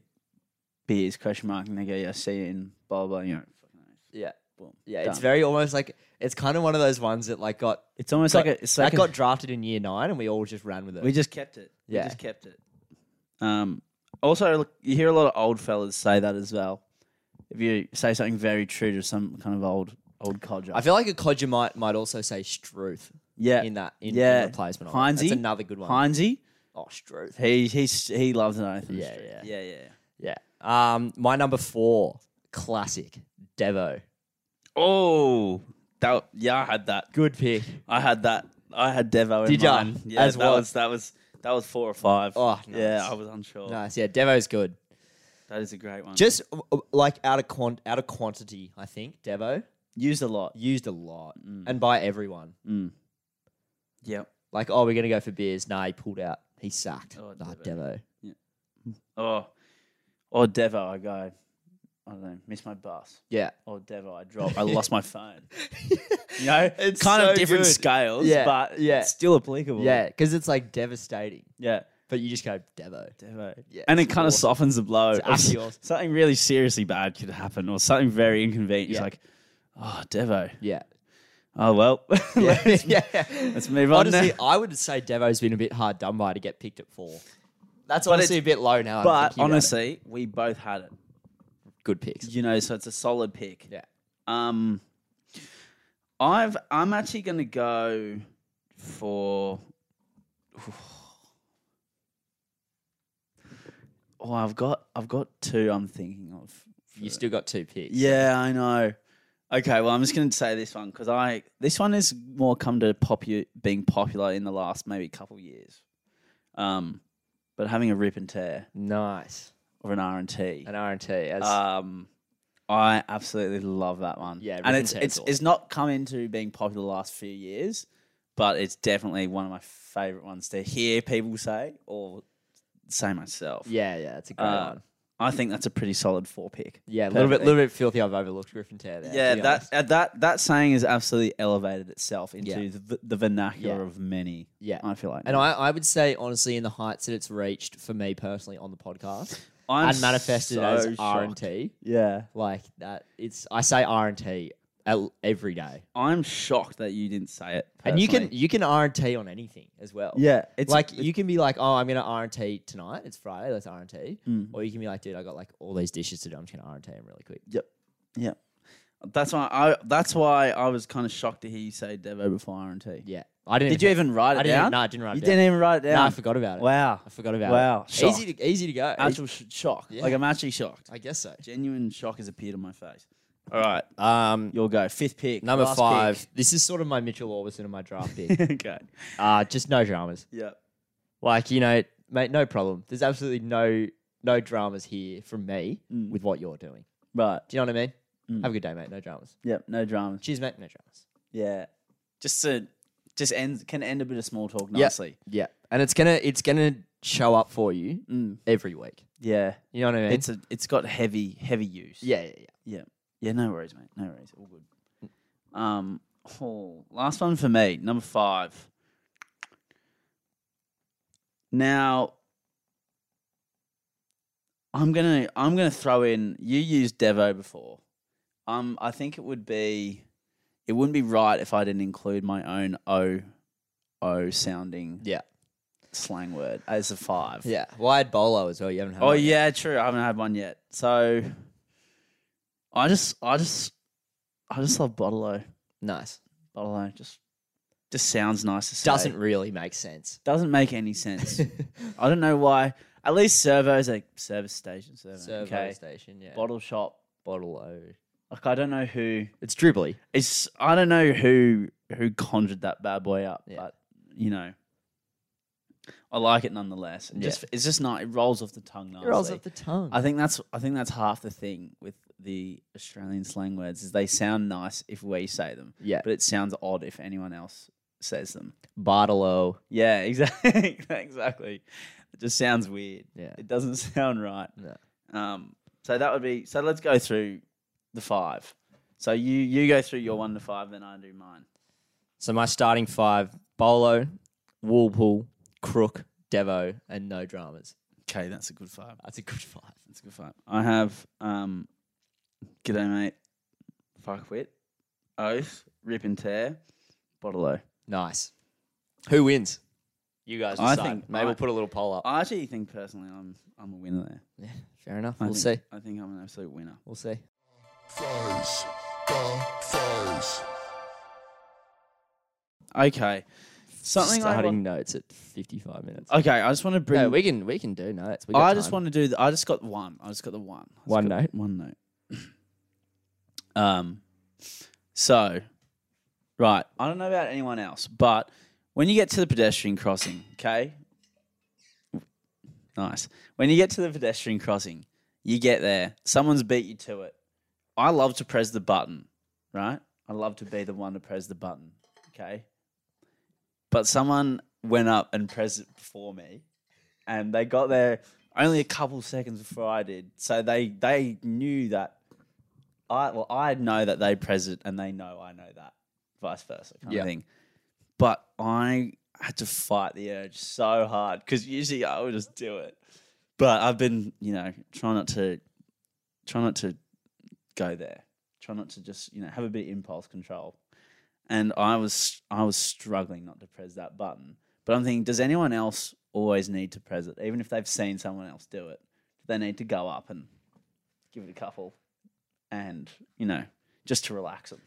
Speaker 2: beers question mark, and they go, yeah, see you in blah blah, you know, fucking oath.
Speaker 1: Yeah.
Speaker 2: boom.
Speaker 1: Yeah. It's
Speaker 2: Done.
Speaker 1: very almost like, it's kind of one of those ones that like got,
Speaker 2: It's almost
Speaker 1: got
Speaker 2: like a, it's like
Speaker 1: that
Speaker 2: a,
Speaker 1: got drafted in year nine and we all just ran with it.
Speaker 2: we just kept it.
Speaker 1: Yeah.
Speaker 2: we just kept it. Um. Also, look, you hear a lot of old fellas say that as well. If you say something very true to some kind of old old codger,
Speaker 1: I feel like a codger might, might also say struth
Speaker 2: yeah,
Speaker 1: in that, in, in
Speaker 2: Yeah.
Speaker 1: replacement. of it. That's
Speaker 2: Heinze?
Speaker 1: another good one.
Speaker 2: Heinze,
Speaker 1: oh, struth.
Speaker 2: he he's he loves an oath.
Speaker 1: Yeah, yeah.
Speaker 2: yeah, yeah, yeah.
Speaker 1: Yeah. Um, my number four, classic, Devo.
Speaker 2: Oh, that yeah, I had that.
Speaker 1: Good pick.
Speaker 2: I had that. I had Devo. In
Speaker 1: Did ya?
Speaker 2: mine. Yeah,
Speaker 1: As
Speaker 2: that
Speaker 1: what?
Speaker 2: was that was that was four or five.
Speaker 1: Oh, nice.
Speaker 2: yeah, I was unsure.
Speaker 1: Nice. Yeah. Devo's good.
Speaker 2: That is a great one.
Speaker 1: Just uh, uh, like out of quant- out of quantity, I think Devo
Speaker 2: used a lot.
Speaker 1: used a lot, and by everyone.
Speaker 2: Mm. Yep.
Speaker 1: Like, oh, we're gonna go for beers. Nah, he pulled out. He sacked.
Speaker 2: Oh,
Speaker 1: nah,
Speaker 2: Devo.
Speaker 1: Devo.
Speaker 2: Oh, or Devo, I go. I don't know. Miss my bus.
Speaker 1: Yeah,
Speaker 2: Or Devo, I drop. I lost my phone. You know,
Speaker 1: It's
Speaker 2: kind
Speaker 1: so
Speaker 2: of different
Speaker 1: good.
Speaker 2: scales,
Speaker 1: Yeah,
Speaker 2: but
Speaker 1: yeah.
Speaker 2: it's still applicable.
Speaker 1: yeah, because it's like devastating,
Speaker 2: yeah.
Speaker 1: but you just go Devo.
Speaker 2: Devo.
Speaker 1: Yeah,
Speaker 2: and it
Speaker 1: it's
Speaker 2: kind of
Speaker 1: awesome.
Speaker 2: softens the blow.
Speaker 1: It's
Speaker 2: of
Speaker 1: actually awesome.
Speaker 2: Something really seriously bad could happen, or something very inconvenient. It's
Speaker 1: Yeah.
Speaker 2: like, oh, Devo.
Speaker 1: Yeah,
Speaker 2: Oh well.
Speaker 1: yeah,
Speaker 2: Let's-
Speaker 1: yeah.
Speaker 2: Let's move on.
Speaker 1: Honestly,
Speaker 2: now.
Speaker 1: I would say Devo's been a bit hard done by to get picked at four. That's
Speaker 2: But
Speaker 1: honestly a bit low now. I'm
Speaker 2: But
Speaker 1: thinking about it.
Speaker 2: honestly, we both had it.
Speaker 1: good picks.
Speaker 2: You know, so it's a solid pick.
Speaker 1: Yeah,
Speaker 2: Um, I've I'm actually going to go for. Oh, I've got I've got two. I'm thinking of.
Speaker 1: you
Speaker 2: for-
Speaker 1: still got two picks.
Speaker 2: Yeah, I know. Okay, well, I'm just going to say this one because I this one has more come to popu- being popular in the last maybe couple years. Um, but having a rip and tear
Speaker 1: Nice.
Speaker 2: or an R and T.
Speaker 1: An R and T. As
Speaker 2: Um, I absolutely love that one.
Speaker 1: Yeah, rip
Speaker 2: and
Speaker 1: and
Speaker 2: it's
Speaker 1: tear's
Speaker 2: it's it's not come into being popular the last few years, but it's definitely one of my favorite ones to hear people say or say myself.
Speaker 1: yeah, yeah, it's a great
Speaker 2: Uh,
Speaker 1: one.
Speaker 2: I think that's a pretty solid four pick.
Speaker 1: Yeah, a little bit,
Speaker 2: perfect.
Speaker 1: little bit filthy. I've overlooked Griffin Tear there. to
Speaker 2: Yeah,
Speaker 1: be
Speaker 2: that
Speaker 1: honest.
Speaker 2: uh, that that saying has absolutely elevated itself into
Speaker 1: Yeah.
Speaker 2: the, v- the vernacular
Speaker 1: Yeah.
Speaker 2: of many.
Speaker 1: Yeah,
Speaker 2: I feel like,
Speaker 1: and I, I would say honestly, in the heights that it's reached for me personally on the podcast,
Speaker 2: I'm
Speaker 1: and manifested
Speaker 2: so
Speaker 1: as R and
Speaker 2: shocked.
Speaker 1: T.
Speaker 2: Yeah,
Speaker 1: Like that, it's I say R and T el- every day,
Speaker 2: I'm shocked that you didn't say it.
Speaker 1: and you can
Speaker 2: personally.
Speaker 1: you can R and T on anything as well.
Speaker 2: yeah, it's
Speaker 1: like
Speaker 2: it-
Speaker 1: you can be like, oh, I'm gonna R and T tonight. It's Friday. Let's R and T.
Speaker 2: Mm.
Speaker 1: Or you can be like, dude, I got like all these dishes to do. I'm just gonna R and T them really quick.
Speaker 2: That's why I. That's why I was kind of shocked to hear you say Devo before R and T.
Speaker 1: Yeah, I didn't.
Speaker 2: Did you even write it
Speaker 1: I didn't.
Speaker 2: down?
Speaker 1: No, I didn't write
Speaker 2: you
Speaker 1: it down.
Speaker 2: didn't even write it
Speaker 1: No, I
Speaker 2: down.
Speaker 1: forgot about it.
Speaker 2: wow,
Speaker 1: I forgot about
Speaker 2: wow,
Speaker 1: it. Easy to easy to go. Easy-
Speaker 2: actual sh- shock.
Speaker 1: Yeah.
Speaker 2: Like I'm actually shocked.
Speaker 1: I guess so.
Speaker 2: Genuine shock has appeared on my face. All right,
Speaker 1: Um,
Speaker 2: you'll go fifth pick.
Speaker 1: number
Speaker 2: last
Speaker 1: five. This is sort of my Mitchell Orbison and my draft
Speaker 2: pick.
Speaker 1: pick.
Speaker 2: okay.
Speaker 1: uh, just no dramas.
Speaker 2: Yeah.
Speaker 1: Like you know, mate, no problem. There's absolutely no no dramas here from me
Speaker 2: Mm.
Speaker 1: with what you're doing.
Speaker 2: Right.
Speaker 1: Do you know what I mean?
Speaker 2: Mm.
Speaker 1: Have a good day, mate. No dramas.
Speaker 2: Yep. No dramas.
Speaker 1: Cheers, mate. No dramas.
Speaker 2: Yeah. Just to just end can end a bit of small talk
Speaker 1: Yeah.
Speaker 2: nicely.
Speaker 1: Yeah, and it's gonna it's gonna show up for you
Speaker 2: Mm.
Speaker 1: every week.
Speaker 2: Yeah.
Speaker 1: You know what I mean?
Speaker 2: It's a it's got heavy heavy use.
Speaker 1: yeah, yeah, yeah.
Speaker 2: Yeah. No worries, mate. No worries. All good. Um. Oh, last one for me. Number five. Now. I'm gonna I'm gonna throw in. You used Devo before. Um. I think it would be. It wouldn't be right if I didn't include my own O, O sounding
Speaker 1: Yeah.
Speaker 2: slang word as a five.
Speaker 1: Yeah. Wide bolo as well. You haven't had.
Speaker 2: Oh
Speaker 1: one yet.
Speaker 2: yeah, true. I haven't had one yet. So I just I just I just love Bottle-O.
Speaker 1: Nice.
Speaker 2: Bottle-O just just sounds nice to say.
Speaker 1: Doesn't really make sense.
Speaker 2: doesn't make any sense. I don't know why. At least servos like service station servo.
Speaker 1: Servo
Speaker 2: okay.
Speaker 1: station. Yeah.
Speaker 2: Bottle shop.
Speaker 1: bottle O.
Speaker 2: Like I don't know who
Speaker 1: It's dribbly.
Speaker 2: it's I don't know who who conjured that bad boy up,
Speaker 1: Yeah.
Speaker 2: but you know. I like it nonetheless. It
Speaker 1: Yeah.
Speaker 2: just it's just not it rolls off the tongue nicely.
Speaker 1: It rolls off the tongue.
Speaker 2: I think that's I think that's half the thing with the Australian slang words is they sound nice if we say them,
Speaker 1: yeah.
Speaker 2: but it sounds odd if anyone else says them.
Speaker 1: Bottle O.
Speaker 2: Yeah, exactly. exactly. It just sounds weird.
Speaker 1: Yeah.
Speaker 2: It doesn't sound right.
Speaker 1: No.
Speaker 2: Um so that would be so let's go through the five. So you you go through your one to five, then I do mine.
Speaker 1: So my starting five: Bolo, Woolpool, Crook, Devo, and no dramas.
Speaker 2: Okay, that's a good five.
Speaker 1: That's a good five.
Speaker 2: That's a good fight. I have um G'day mate. Fuck wit. Oath, rip and tear, bottle o.
Speaker 1: Nice. Who wins? You guys
Speaker 2: I
Speaker 1: decide.
Speaker 2: think-
Speaker 1: Maybe
Speaker 2: I-
Speaker 1: we'll put a little poll up.
Speaker 2: I actually think personally I'm I'm a winner there.
Speaker 1: yeah, fair enough.
Speaker 2: I
Speaker 1: We'll
Speaker 2: think,
Speaker 1: see.
Speaker 2: I think I'm an absolute winner.
Speaker 1: We'll see.
Speaker 3: Fuzz. The fuzz.
Speaker 2: Okay. Something I
Speaker 1: starting
Speaker 2: want-
Speaker 1: notes at fifty-five minutes.
Speaker 2: Okay, I just want to bring
Speaker 1: No, we can we can do notes. We got
Speaker 2: I just
Speaker 1: time.
Speaker 2: want to do the, I just got one. I just got the one. I just
Speaker 1: One
Speaker 2: got
Speaker 1: note?
Speaker 2: One note. um so right, I don't know about anyone else, but when you get to the pedestrian crossing, okay? Nice. When you get to the pedestrian crossing, you get there, someone's beat you to it. I love to press the button, right? I love to be the one to press the button, okay? But someone went up and pressed it before me and they got there only a couple seconds before I did. So they they knew that I well I know that they press it and they know I know that, vice versa kind
Speaker 1: Yeah.
Speaker 2: of thing. But I had to fight the urge so hard because usually I would just do it, but I've been you know trying not to try not to go there, try not to just you know have a bit of impulse control. And I was I was struggling not to press that button. But I'm thinking, does anyone else always need to press it, even if they've seen someone else do it? Do they need to go up and give it a couple, and you know, just to relax them?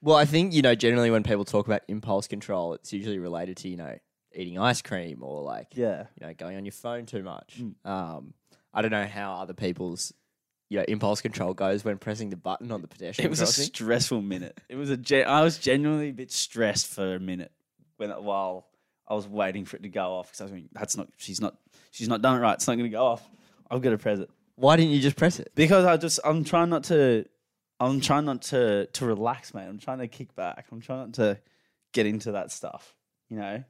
Speaker 1: Well, I think you know generally when people talk about impulse control, it's usually related to you know eating ice cream or like
Speaker 2: Yeah, Mm.
Speaker 1: you know going on your phone too much. Um, I don't know how other people's your impulse control goes when pressing the button on the pedestrian
Speaker 2: It was a
Speaker 1: crossing.
Speaker 2: stressful minute. It was a. Gen- I was genuinely a bit stressed for a minute when while I was waiting for it to go off because I was thinking that's not. She's not. She's not done it right. It's not going to go off. I've got to press it
Speaker 1: Why didn't you just press it?
Speaker 2: because I just. I'm trying not to. I'm trying not to to relax, mate. I'm trying to kick back. I'm trying not to get into that stuff. You know,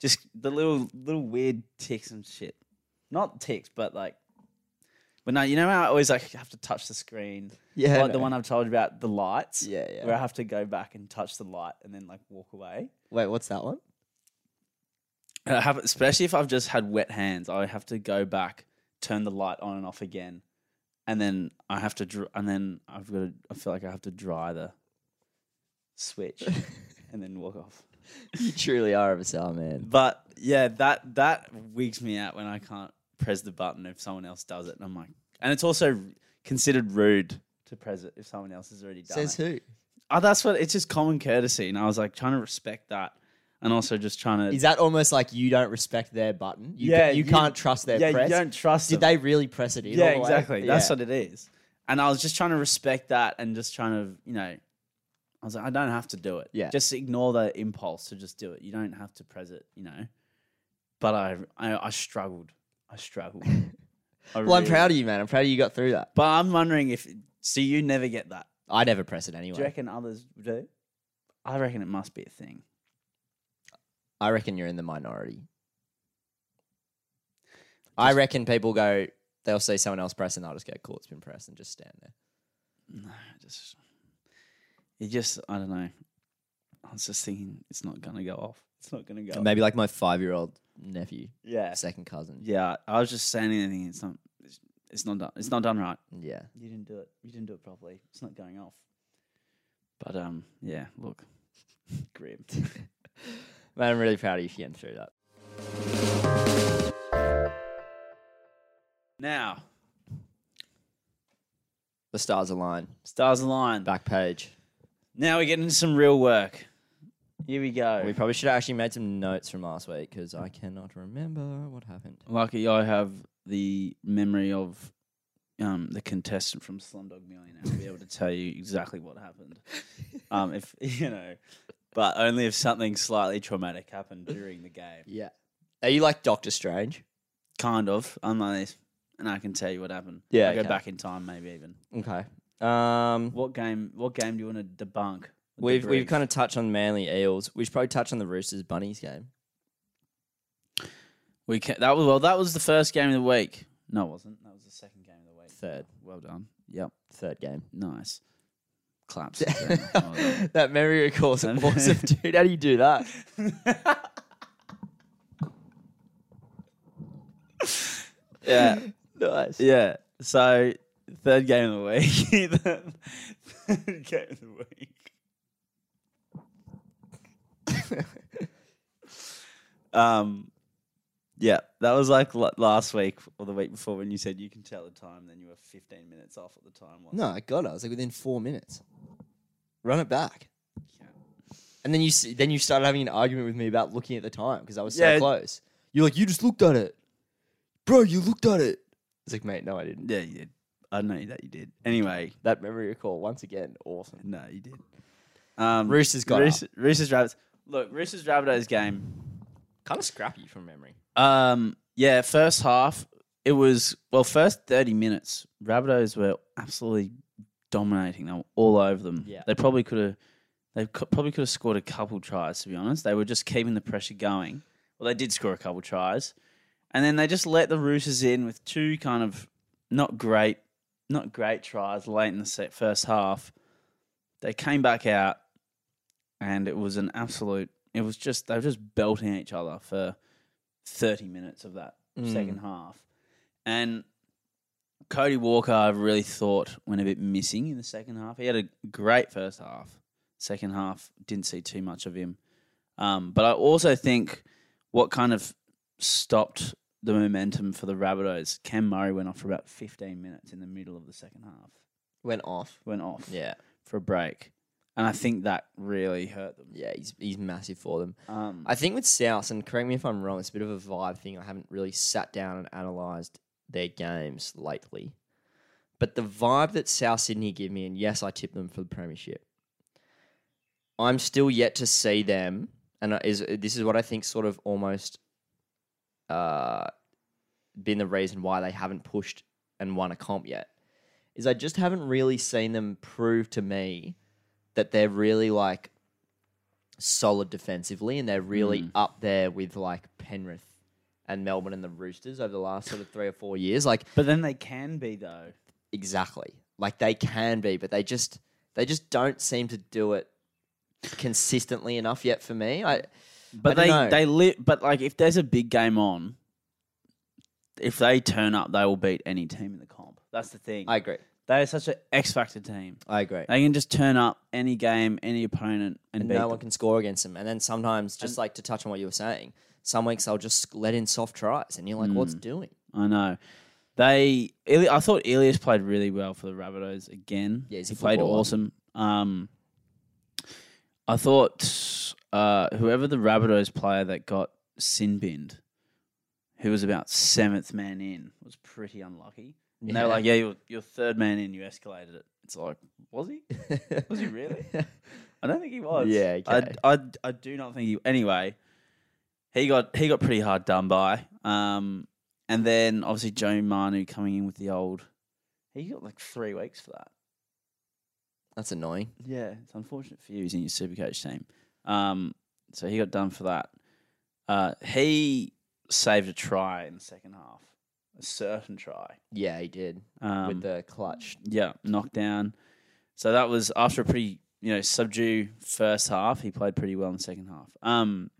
Speaker 2: just the little little weird ticks and shit. Not ticks, but like. But no, you know how I always like have to touch the screen
Speaker 1: Yeah,
Speaker 2: like the one I've told you about the lights.
Speaker 1: Yeah, yeah.
Speaker 2: Where I have to go back and touch the light and then like walk away.
Speaker 1: Wait, what's that one?
Speaker 2: And I have, especially if I've just had wet hands, I have to go back, turn the light on and off again, and then I have to dr- and then I've got to, I feel like I have to dry the switch and then walk off.
Speaker 1: You truly are a bizarre man.
Speaker 2: But yeah, that that wigs me out when I can't press the button if someone else does it, and I'm like, and it's also considered rude to press it if someone else has already done it.
Speaker 1: Says who?
Speaker 2: Oh, that's what it's just common courtesy, and I was like trying to respect that, and also just trying to.
Speaker 1: Is that almost like you don't respect their button? You ca-
Speaker 2: Yeah,
Speaker 1: you,
Speaker 2: you-
Speaker 1: can't trust their
Speaker 2: yeah,
Speaker 1: press.
Speaker 2: you don't trust.
Speaker 1: Did
Speaker 2: them.
Speaker 1: they really press it in?
Speaker 2: Yeah,
Speaker 1: all the way?
Speaker 2: exactly. That's
Speaker 1: Yeah.
Speaker 2: what it is, and I was just trying to respect that, and just trying to, you know, I was like, I don't have to do it.
Speaker 1: Yeah.
Speaker 2: just ignore the impulse to just do it. You don't have to press it, you know. But I, I, I struggled. I struggled. I
Speaker 1: Well, I'm
Speaker 2: really-
Speaker 1: proud of you, man. I'm proud of you got through that.
Speaker 2: But I'm wondering if. So you never get that.
Speaker 1: I never press it
Speaker 2: Do you
Speaker 1: anyway.
Speaker 2: reckon others do? I reckon it must be a thing.
Speaker 1: I reckon you're in the minority. I reckon people go, they'll see someone else press and they'll just go, cool, it's been pressed and just stand there.
Speaker 2: No, I just it just I don't know. I was just thinking it's not gonna go off. It's not gonna go.
Speaker 1: And
Speaker 2: off.
Speaker 1: Maybe like my five year old nephew,
Speaker 2: Yeah,
Speaker 1: second cousin.
Speaker 2: yeah. I was just saying anything. It's not. It's, it's not done. It's not done right.
Speaker 1: Yeah.
Speaker 2: You didn't do it. You didn't do it properly. It's not going off. But um, yeah. Look, grim.
Speaker 1: Man, I'm really proud of you for getting through that.
Speaker 2: now,
Speaker 1: The stars align.
Speaker 2: stars align.
Speaker 1: Back page.
Speaker 2: Now we get into some real work. Here we go.
Speaker 1: We probably should have actually made some notes from last week because I cannot remember what happened.
Speaker 2: Lucky I have the memory of um, the contestant from Slumdog Millionaire. I'll be able to tell you exactly what happened. Um, if you know, but only if something slightly traumatic happened during the game.
Speaker 1: Yeah. Are you like Doctor Strange?
Speaker 2: Kind of, unless, and I can tell you what happened.
Speaker 1: Yeah,
Speaker 2: I'll go
Speaker 1: okay.
Speaker 2: back in time, maybe even.
Speaker 1: Okay. Um,
Speaker 2: What game? What game do you want to debunk?
Speaker 1: we've we've kind of touched on Manly Eels. We should probably touch on the Roosters Bunnies game.
Speaker 2: we ca that was well. That was the first game of the week. No, it wasn't. That was the second game of the week.
Speaker 1: Third.
Speaker 2: Well done. Yep.
Speaker 1: Third game.
Speaker 2: Nice. Claps. Well done.
Speaker 1: that memory recalls
Speaker 2: Um,
Speaker 1: awesome, dude. How do you do that?
Speaker 2: Yeah.
Speaker 1: Nice.
Speaker 2: Yeah. So third game of the week. third game of the week. Um. Yeah, that was like l- last week or the week before when you said you can tell the time, then you were 15 minutes off at the time. wasn't
Speaker 1: no, I got it. I was like within four minutes. Run it back.
Speaker 2: Yeah.
Speaker 1: And then you s- then you started having an argument with me about looking at the time because I was so
Speaker 2: Yeah.
Speaker 1: close. You're like, you just looked at it, bro. You looked at it. It's like, mate, no, I didn't.
Speaker 2: it? Yeah, you did. I know that you did. Anyway,
Speaker 1: That memory recall once again, awesome.
Speaker 2: No, you did. Um,
Speaker 1: Roosters got
Speaker 2: Roosters, Roosters Rabbits. Look, Roosters Rabbitohs game.
Speaker 1: Kind of scrappy from memory.
Speaker 2: Um, yeah, first half it was well, first thirty minutes, Rabbitohs were absolutely dominating. They were all over them.
Speaker 1: Yeah.
Speaker 2: they probably could have. They cou- probably could have scored a couple tries. To be honest, they were just keeping the pressure going. Well, they did score a couple tries, and then they just let the Roosters in with two kind of not great, not great tries late in the set first half. They came back out, and it was an absolute. It was just they were just belting each other for thirty minutes of that
Speaker 1: Mm.
Speaker 2: second half, and Cody Walker, I really thought went a bit missing in the second half. He had a great first half. Second half didn't see too much of him, um, but I also think what kind of stopped the momentum for the Rabbitohs. Cam Murray went off for about 15 minutes in the middle of the second half.
Speaker 1: Went off.
Speaker 2: Went off
Speaker 1: Yeah,
Speaker 2: for a break, and I think that really hurt them.
Speaker 1: yeah. He's he's massive for them.
Speaker 2: Um,
Speaker 1: I think with South, and correct me if I'm wrong, it's a bit of a vibe thing. I haven't really sat down and analysed their games lately. But the vibe that South Sydney give me, and yes, I tip them for the premiership. I'm still yet to see them, and I- is this is what I think sort of almost uh, been the reason why they haven't pushed and won a comp yet. Is I just haven't really seen them prove to me that they're really like solid defensively and they're really
Speaker 2: Mm.
Speaker 1: up there with like Penrith and Melbourne and the Roosters over the last sort of three or four years. Like
Speaker 2: But then they can be though.
Speaker 1: exactly like they can be but they just they just don't seem to do it consistently enough yet for me i
Speaker 2: But
Speaker 1: I
Speaker 2: they
Speaker 1: dunno.
Speaker 2: they li- But like, if there's a big game on, if they turn up, they will beat any team in the comp. That's the thing.
Speaker 1: i agree
Speaker 2: they are such an X factor team.
Speaker 1: i agree
Speaker 2: They can just turn up any game, any opponent, and,
Speaker 1: and
Speaker 2: beat
Speaker 1: no one
Speaker 2: them.
Speaker 1: can score against them and then sometimes just like to touch on what you were saying some weeks they'll just let in soft tries and you're like what's
Speaker 2: Mm.
Speaker 1: doing
Speaker 2: I know. They, Ili- I thought Ilias played really well for the Rabbitohs again.
Speaker 1: Yeah, he's
Speaker 2: he
Speaker 1: a
Speaker 2: played
Speaker 1: footballer.
Speaker 2: awesome. Um, I thought uh, whoever the Rabbitohs player that got sin binned, who was about seventh man in, was pretty unlucky. And they were
Speaker 1: Yeah.
Speaker 2: like, "Yeah, you're, you're third man in. You escalated it." It's like, was he? Was he really? I don't think he was.
Speaker 1: Yeah, okay.
Speaker 2: I, I, I do not think he. Anyway, he got he got pretty hard done by. Um, and then obviously Joe Manu coming in with the old. He got like three weeks for that.
Speaker 1: that's annoying
Speaker 2: Yeah, it's unfortunate for you. He's in your Supercoach team. Um, so he got done for that. Uh, he saved a try in the second half, a certain try.
Speaker 1: yeah he did
Speaker 2: Um,
Speaker 1: with the clutch
Speaker 2: yeah, knockdown. So that was after a pretty, you know, subdue first half. He played pretty well in the second half. Um,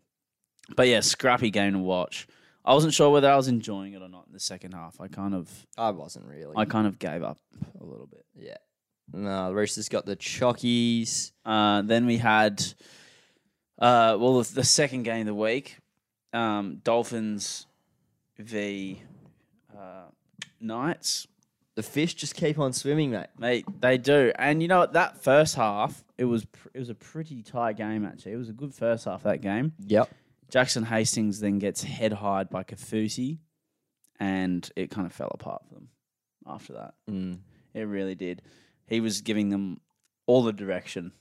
Speaker 2: but yeah, scrappy game to watch. I wasn't sure whether I was enjoying it or not in the second half. I kind of,
Speaker 1: i wasn't really
Speaker 2: I kind of gave up a little bit.
Speaker 1: yeah no the roosters got the chockies
Speaker 2: Uh, then we had, uh, well, the, the second game of the week, um, Dolphins v uh, Knights.
Speaker 1: the fish just keep on swimming mate
Speaker 2: Mate, they do. And you know what? That first half, it was pr- it was a pretty tight game actually. It was a good first half that game.
Speaker 1: yep
Speaker 2: Jackson Hastings then gets head hired by Kafusi, and it kind of fell apart for them after that.
Speaker 1: mm.
Speaker 2: It really did. He was giving them all the direction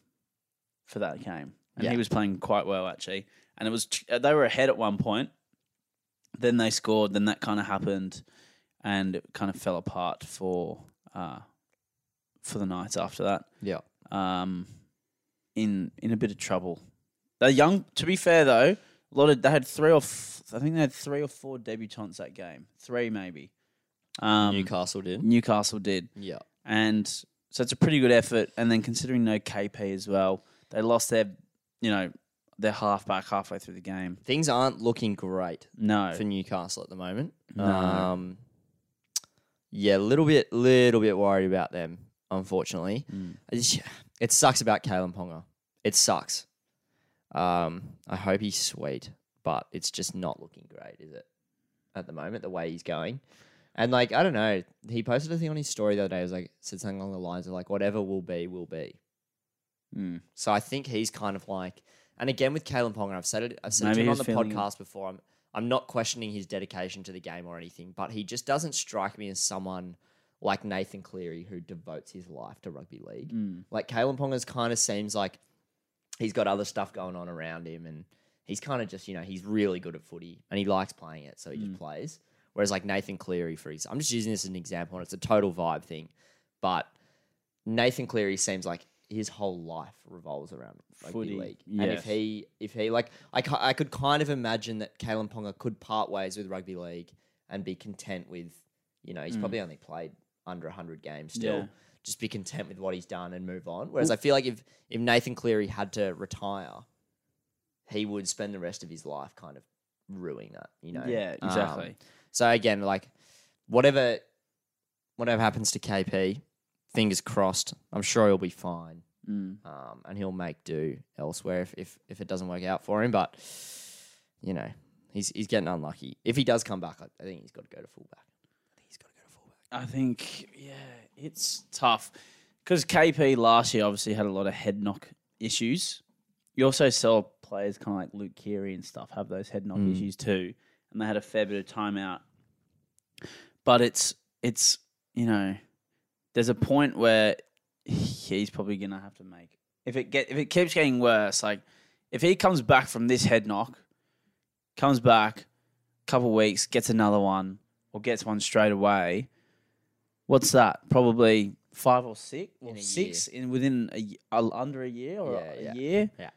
Speaker 2: for that game, and
Speaker 1: Yeah.
Speaker 2: he was playing quite well actually. And it was tr- they were ahead at one point, then they scored, then that kind of happened, and it kind of fell apart for uh, for the Knights after that
Speaker 1: yeah
Speaker 2: um, in in a bit of trouble. They're young. To be fair, though, a lot of they had three or f- I think they had three or four debutants that game. Three maybe. Um,
Speaker 1: newcastle did
Speaker 2: Newcastle did,
Speaker 1: yeah
Speaker 2: and so it's a pretty good effort. And then considering no KP as well, they lost their you know their halfback halfway through the game.
Speaker 1: things aren't looking great
Speaker 2: No,
Speaker 1: for Newcastle at the moment.
Speaker 2: No.
Speaker 1: Um, yeah, a little bit, little bit worried about them. Unfortunately, I just- it sucks about Kalen Ponga. It sucks. Um, I hope he's sweet, but it's just not looking great, is it? At the moment, the way he's going, and like I don't know, he posted a thing on his story the other day. It was like said something along the lines of like, "Whatever will be, will be."
Speaker 2: Mm.
Speaker 1: So I think he's kind of like, and again with Kalen Ponga, I've said it, I've said
Speaker 2: Maybe
Speaker 1: it on
Speaker 2: he's
Speaker 1: the
Speaker 2: feeling it.
Speaker 1: podcast before. I'm, I'm not questioning his dedication to the game or anything, but he just doesn't strike me as someone like Nathan Cleary who devotes his life to rugby league.
Speaker 2: Hmm.
Speaker 1: Like Kalen Ponga's kind of seems like he's got other stuff going on around him, and he's kind of just you know he's really good at footy and he likes playing it, so he
Speaker 2: Mm.
Speaker 1: just plays. Whereas like Nathan Cleary, for his, I'm just using this as an example, and it's a total vibe thing, but Nathan Cleary seems like his whole life revolves around rugby
Speaker 2: Footy,
Speaker 1: league. And
Speaker 2: yes.
Speaker 1: if he, if he, like, I, ca- I could kind of imagine that Kalen Ponga could part ways with rugby league and be content with, you know, he's probably only played under 100 games still.
Speaker 2: Mm. Yeah.
Speaker 1: Just be content with what he's done and move on. Whereas I feel like if, if Nathan Cleary had to retire, he would spend the rest of his life kind of ruining that, you know?
Speaker 2: yeah,
Speaker 1: Um,
Speaker 2: exactly.
Speaker 1: so again, like whatever whatever happens to KP, fingers crossed. I'm sure he'll be fine.
Speaker 2: Mm.
Speaker 1: Um, and he'll make do elsewhere if, if if it doesn't work out for him. But you know, he's he's getting unlucky. If he does come back, I, I think he's got to go to fullback. I think he's got to go to fullback.
Speaker 2: I think, yeah, it's tough because KP last year obviously had a lot of head knock issues. You also saw players kind of like Luke Keary and stuff have those head knock
Speaker 1: Mm.
Speaker 2: issues too, and they had a fair bit of time out. But it's it's you know, there's a point where he's probably gonna have to make if it get if it keeps getting worse. Like if he comes back from this head knock, comes back a couple weeks, gets another one, or gets one straight away. What's that? Probably five or six or
Speaker 1: In a
Speaker 2: six in within a, y- uh, under a year or
Speaker 1: Yeah,
Speaker 2: a
Speaker 1: yeah.
Speaker 2: year.
Speaker 1: Yeah.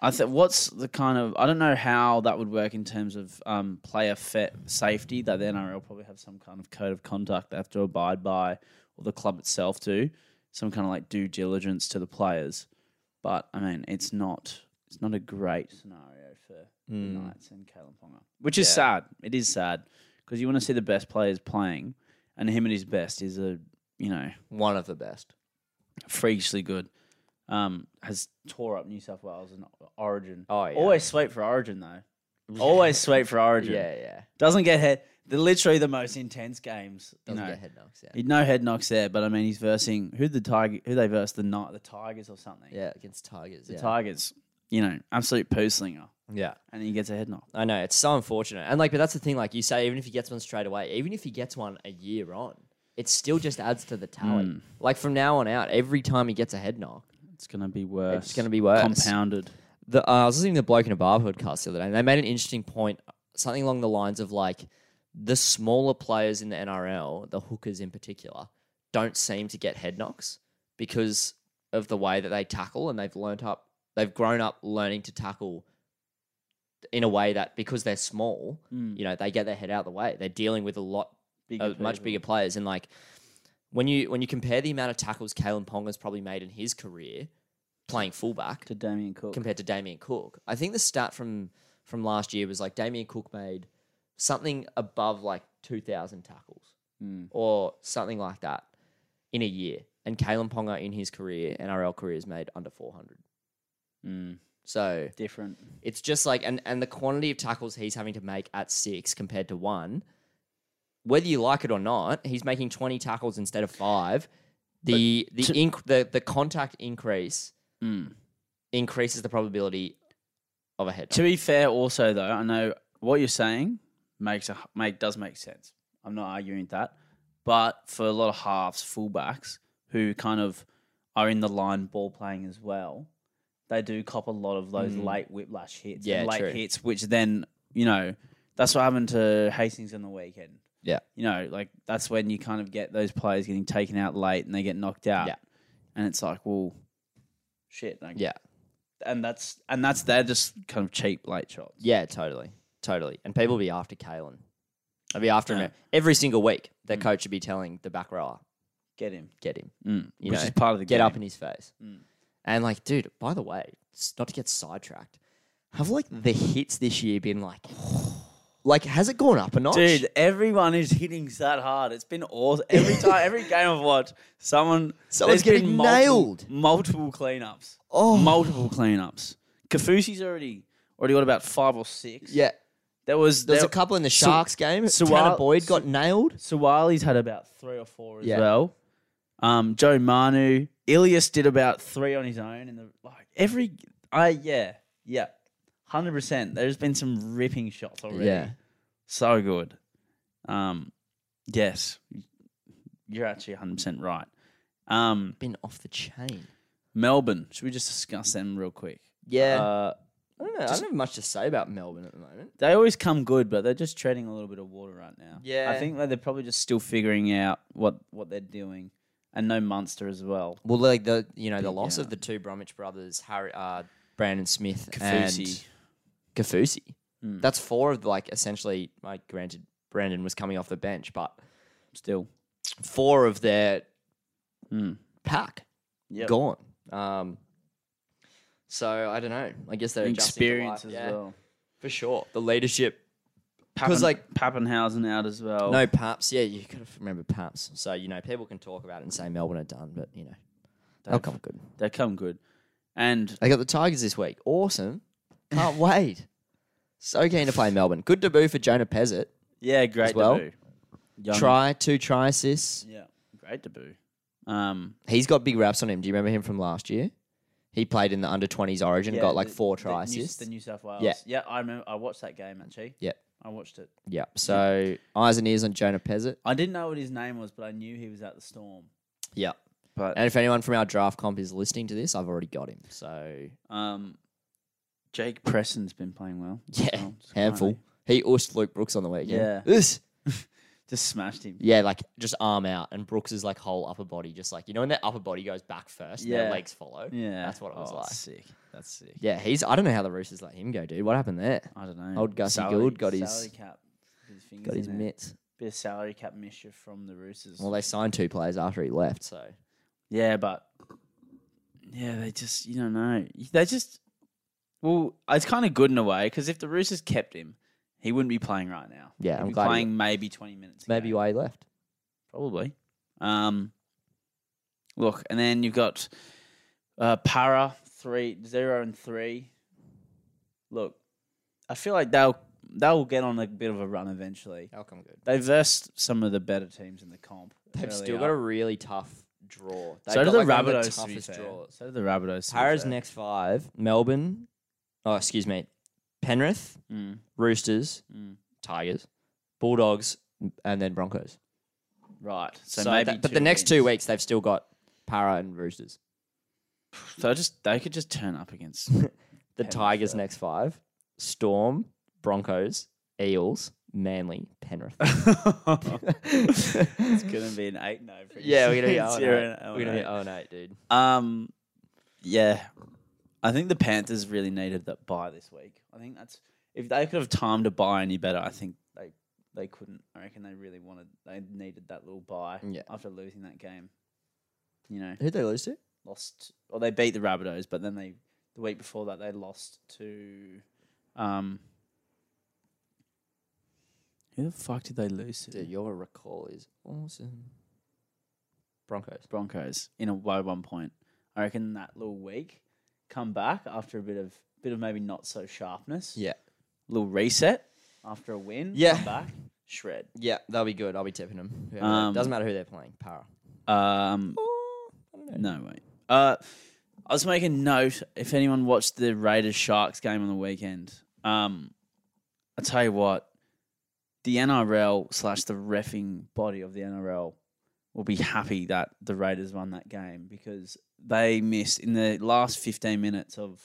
Speaker 2: I think what's the kind of I don't know how that would work in terms of um, player fit safety that the NRL probably have some kind of code of conduct they have to abide by, or the club itself do some kind of like due diligence to the players. But I mean, it's not it's not a great scenario for
Speaker 1: Hmm.
Speaker 2: the Knights and Kalen Ponga, which is sad. It is sad because you want to see the best players playing, and him at his best is a you know
Speaker 1: One of the best.
Speaker 2: freakishly good. Um, has tore up New South Wales and Origin.
Speaker 1: Oh, yeah.
Speaker 2: Always sweet for Origin though. Always sweet for Origin.
Speaker 1: Yeah, yeah.
Speaker 2: Doesn't get head. They're literally the most intense games. you
Speaker 1: Doesn't
Speaker 2: know.
Speaker 1: get head knocks. Yeah.
Speaker 2: He- No head knocks there, but I mean he's versing who the tiger who they versed the night the Tigers or something.
Speaker 1: Yeah, against Tigers.
Speaker 2: The
Speaker 1: Yeah.
Speaker 2: Tigers. You know, absolute poo slinger.
Speaker 1: yeah.
Speaker 2: And he gets a head knock.
Speaker 1: I know it's so unfortunate, and like, but that's the thing. Like you say, even if he gets one straight away, even if he gets one a year on, it still just adds to the tally. Like from now on out, every time he gets a head knock,
Speaker 2: It's gonna be worse.
Speaker 1: It's gonna be worse.
Speaker 2: Compounded.
Speaker 1: the, uh, I was listening to the bloke in a bar podcast the other day, and they made an interesting point, something along the lines of like the smaller players in the NRL, the hookers in particular, don't seem to get head knocks because of the way that they tackle, and they've learnt up, they've grown up learning to tackle in a way that because they're small, you know, they get their head out of the way. They're dealing with a lot
Speaker 2: Hmm. Bigger
Speaker 1: of much
Speaker 2: people.
Speaker 1: bigger players, and like when you when you compare the amount of tackles Kalen Ponga's probably made in his career playing fullback
Speaker 2: To Damien Cook.
Speaker 1: compared to Damien Cook. I think the stat from from last year was like Damien Cook made something above like 2,000 tackles
Speaker 2: Mm,
Speaker 1: or something like that in a year. And Kalen Ponga in his career, NRL career, has made under 400.
Speaker 2: Mm.
Speaker 1: So
Speaker 2: Different.
Speaker 1: it's just like, and, and the quantity of tackles he's having to make at six compared to one, whether you like it or not, he's making 20 tackles instead of five. The, the, inc- the, the contact increase
Speaker 2: Mm.
Speaker 1: increases the probability of a head.
Speaker 2: To be fair also though, I know what you're saying makes a make does make sense. I'm not arguing with that. But for a lot of halves, fullbacks who kind of are in the line ball playing as well, they do cop a lot of those late whiplash hits.
Speaker 1: Mm. Yeah,
Speaker 2: and late
Speaker 1: true.
Speaker 2: hits, which then, you know, that's what happened to Hastings on the weekend.
Speaker 1: Yeah.
Speaker 2: You know, like that's when you kind of get those players getting taken out late and they get knocked out.
Speaker 1: Yeah.
Speaker 2: And it's like, well, shit. Like,
Speaker 1: Yeah.
Speaker 2: And that's and that's they're just kind of cheap late shots.
Speaker 1: Yeah, totally. Totally. And people be after Kalen. They'll be after him every single week.
Speaker 2: Mm.
Speaker 1: Their coach should be telling the back rower,
Speaker 2: Get him.
Speaker 1: get him.
Speaker 2: Mm,
Speaker 1: You
Speaker 2: which
Speaker 1: know,
Speaker 2: is part of the
Speaker 1: Get
Speaker 2: game. Mm.
Speaker 1: up in his face. And like, dude, by the way, s- not to get sidetracked, have like the hits this year been like like has it gone up a notch?
Speaker 2: Dude, everyone is hitting that hard. It's been awesome. Every time, every game I've watched, someone
Speaker 1: Someone's
Speaker 2: there's been
Speaker 1: getting
Speaker 2: multiple-
Speaker 1: nailed.
Speaker 2: Multiple cleanups.
Speaker 1: Oh.
Speaker 2: multiple cleanups. Kafusi's already already got about five or six.
Speaker 1: Yeah.
Speaker 2: there was
Speaker 1: There's
Speaker 2: there,
Speaker 1: a couple in the
Speaker 2: Su-
Speaker 1: Sharks game.
Speaker 2: Su-
Speaker 1: Tanner Boyd got nailed.
Speaker 2: Suwali's had about three or four as
Speaker 1: Yeah.
Speaker 2: well. Um, Joe Manu, Ilias did about three on his own, and the like every I yeah yeah, hundred percent. There's been some ripping shots already.
Speaker 1: Yeah.
Speaker 2: so good. Um, yes, you're actually hundred percent right. Um,
Speaker 1: Been off the chain.
Speaker 2: Melbourne. Should we just discuss them real quick?
Speaker 1: Yeah.
Speaker 2: Uh,
Speaker 1: I don't know. I don't have much to say about Melbourne at the moment.
Speaker 2: they always come good, but they're just treading a little bit of water right now. I
Speaker 1: Yeah.
Speaker 2: think that they're probably just still figuring out what what they're doing, and no Munster as well.
Speaker 1: Well, like the you know the loss
Speaker 2: out.
Speaker 1: of the two Bromwich brothers, Harry, uh, Brandon Smith
Speaker 2: Kafusi. Hmm.
Speaker 1: and Kafusi. That's four of like essentially. Like granted, Brandon was coming off the bench, but
Speaker 2: Still,
Speaker 1: four of their
Speaker 2: Mm.
Speaker 1: pack
Speaker 2: Yep.
Speaker 1: gone. Um, so I don't know. I guess they're adjusting to
Speaker 2: experience
Speaker 1: life,
Speaker 2: as
Speaker 1: yeah,
Speaker 2: well.
Speaker 1: for sure. The leadership,
Speaker 2: Pappen,
Speaker 1: because like
Speaker 2: like Pappenhausen out as well.
Speaker 1: no Paps, yeah, you got to remember Paps. So you know people can talk about it and say Melbourne are done, but you know they'll
Speaker 2: They've-
Speaker 1: come good.
Speaker 2: they come good, and
Speaker 1: They got the Tigers this week. Awesome. Can't wait. So keen to play Melbourne. Good debut for Jonah Pezzett.
Speaker 2: yeah, great
Speaker 1: well.
Speaker 2: debut. Young-
Speaker 1: Try, two try assists.
Speaker 2: yeah, great debut. Um,
Speaker 1: He's got big raps on him. Do you remember him from last year? He played in the under 20s Origin,
Speaker 2: yeah,
Speaker 1: got like
Speaker 2: the-
Speaker 1: four
Speaker 2: the
Speaker 1: try
Speaker 2: New-
Speaker 1: assists.
Speaker 2: The New South Wales.
Speaker 1: Yeah.
Speaker 2: yeah, I remember. I watched that game actually.
Speaker 1: Yep.
Speaker 2: I watched it.
Speaker 1: Yep. So eyes and ears on Jonah Pezzett.
Speaker 2: I didn't know what his name was, but I knew he was at the Storm.
Speaker 1: Yeah.
Speaker 2: But
Speaker 1: And if anyone from our draft comp is listening to this, I've already got him. So
Speaker 2: um, Jake Preston's been playing well.
Speaker 1: yeah,
Speaker 2: Oh, just
Speaker 1: handful. He ushed Luke Brooks on the weekend.
Speaker 2: Yeah.
Speaker 1: This.
Speaker 2: Just smashed him.
Speaker 1: Yeah, like just arm out, and Brooks's like whole upper body, just like you know, when their upper body goes back first, and
Speaker 2: Yeah.
Speaker 1: their legs follow.
Speaker 2: Yeah,
Speaker 1: that's what it was
Speaker 2: Oh,
Speaker 1: like.
Speaker 2: Sick. That's sick.
Speaker 1: Yeah, he's. I don't know how the Roosters let him go, dude. What happened there?
Speaker 2: I don't know.
Speaker 1: Old Gussie
Speaker 2: Salary-
Speaker 1: Gould got his-
Speaker 2: salary cap. His fingers
Speaker 1: Got
Speaker 2: in
Speaker 1: his
Speaker 2: there.
Speaker 1: mitts.
Speaker 2: Bit of salary cap mischief from the Roosters.
Speaker 1: Well, they signed two players after he left, so
Speaker 2: Yeah, but yeah, they just you don't know. They just well, it's kind of good in a way because if the Roosters kept him, he wouldn't be playing right now.
Speaker 1: Yeah,
Speaker 2: He'd
Speaker 1: I'm
Speaker 2: be
Speaker 1: glad he-
Speaker 2: playing maybe twenty minutes. a
Speaker 1: maybe
Speaker 2: game.
Speaker 1: why he left.
Speaker 2: probably. Um, look, and then you've got uh, Para three zero and three. Look, I feel like they'll they'll get on a bit of a run eventually.
Speaker 1: How come good?
Speaker 2: They versed some of the better teams in the comp.
Speaker 1: They've
Speaker 2: early
Speaker 1: still
Speaker 2: up.
Speaker 1: got a really tough draw. They've got,
Speaker 2: so do the
Speaker 1: like, one of
Speaker 2: Rabbitohs. to be
Speaker 1: toughest
Speaker 2: fair.
Speaker 1: draws.
Speaker 2: So do the Rabbitohs. to be
Speaker 1: Para's
Speaker 2: fair.
Speaker 1: next five: Melbourne. Oh, excuse me, Penrith,
Speaker 2: Mm,
Speaker 1: Roosters,
Speaker 2: mm.
Speaker 1: Tigers, Bulldogs, and then Broncos.
Speaker 2: Right. So,
Speaker 1: So,
Speaker 2: maybe.
Speaker 1: that- but
Speaker 2: two
Speaker 1: the next two
Speaker 2: wins.
Speaker 1: weeks they've still got Para and Roosters.
Speaker 2: So just they could just turn up against.
Speaker 1: The
Speaker 2: Penrith,
Speaker 1: Tigers
Speaker 2: yeah.
Speaker 1: next five: Storm, Broncos, Eels, Manly, Penrith.
Speaker 2: it's gonna be an eight no.
Speaker 1: yeah, we're gonna be oh,
Speaker 2: zero.
Speaker 1: no.
Speaker 2: and oh
Speaker 1: We're gonna be
Speaker 2: no.
Speaker 1: oh no, dude.
Speaker 2: Um, yeah, I think the Panthers really needed that buy this week. I think that's if they could have timed a buy any better, I think they they couldn't. I reckon they really wanted they needed that little buy
Speaker 1: Yeah.
Speaker 2: after losing that game. You know,
Speaker 1: Who'd they lose to?
Speaker 2: lost or they beat the Rabbitohs, but then they the week before that they lost to um. Who the fuck did they lose to?
Speaker 1: Dude, your recall is awesome. Broncos.
Speaker 2: Broncos in a by one point. I reckon that little week, come back after a bit of bit of maybe not so sharpness.
Speaker 1: Yeah.
Speaker 2: Little reset after a win.
Speaker 1: Yeah.
Speaker 2: Come back. Shred.
Speaker 1: Yeah, they'll be good. I'll be tipping them.
Speaker 2: Um,
Speaker 1: Doesn't matter who they're playing. Para.
Speaker 2: Um no way. Uh I was making note if anyone watched the Raiders Sharks game on the weekend. Um I tell you what, the NRL slash the refing body of the NRL will be happy that the Raiders won that game because they missed in the last 15 minutes of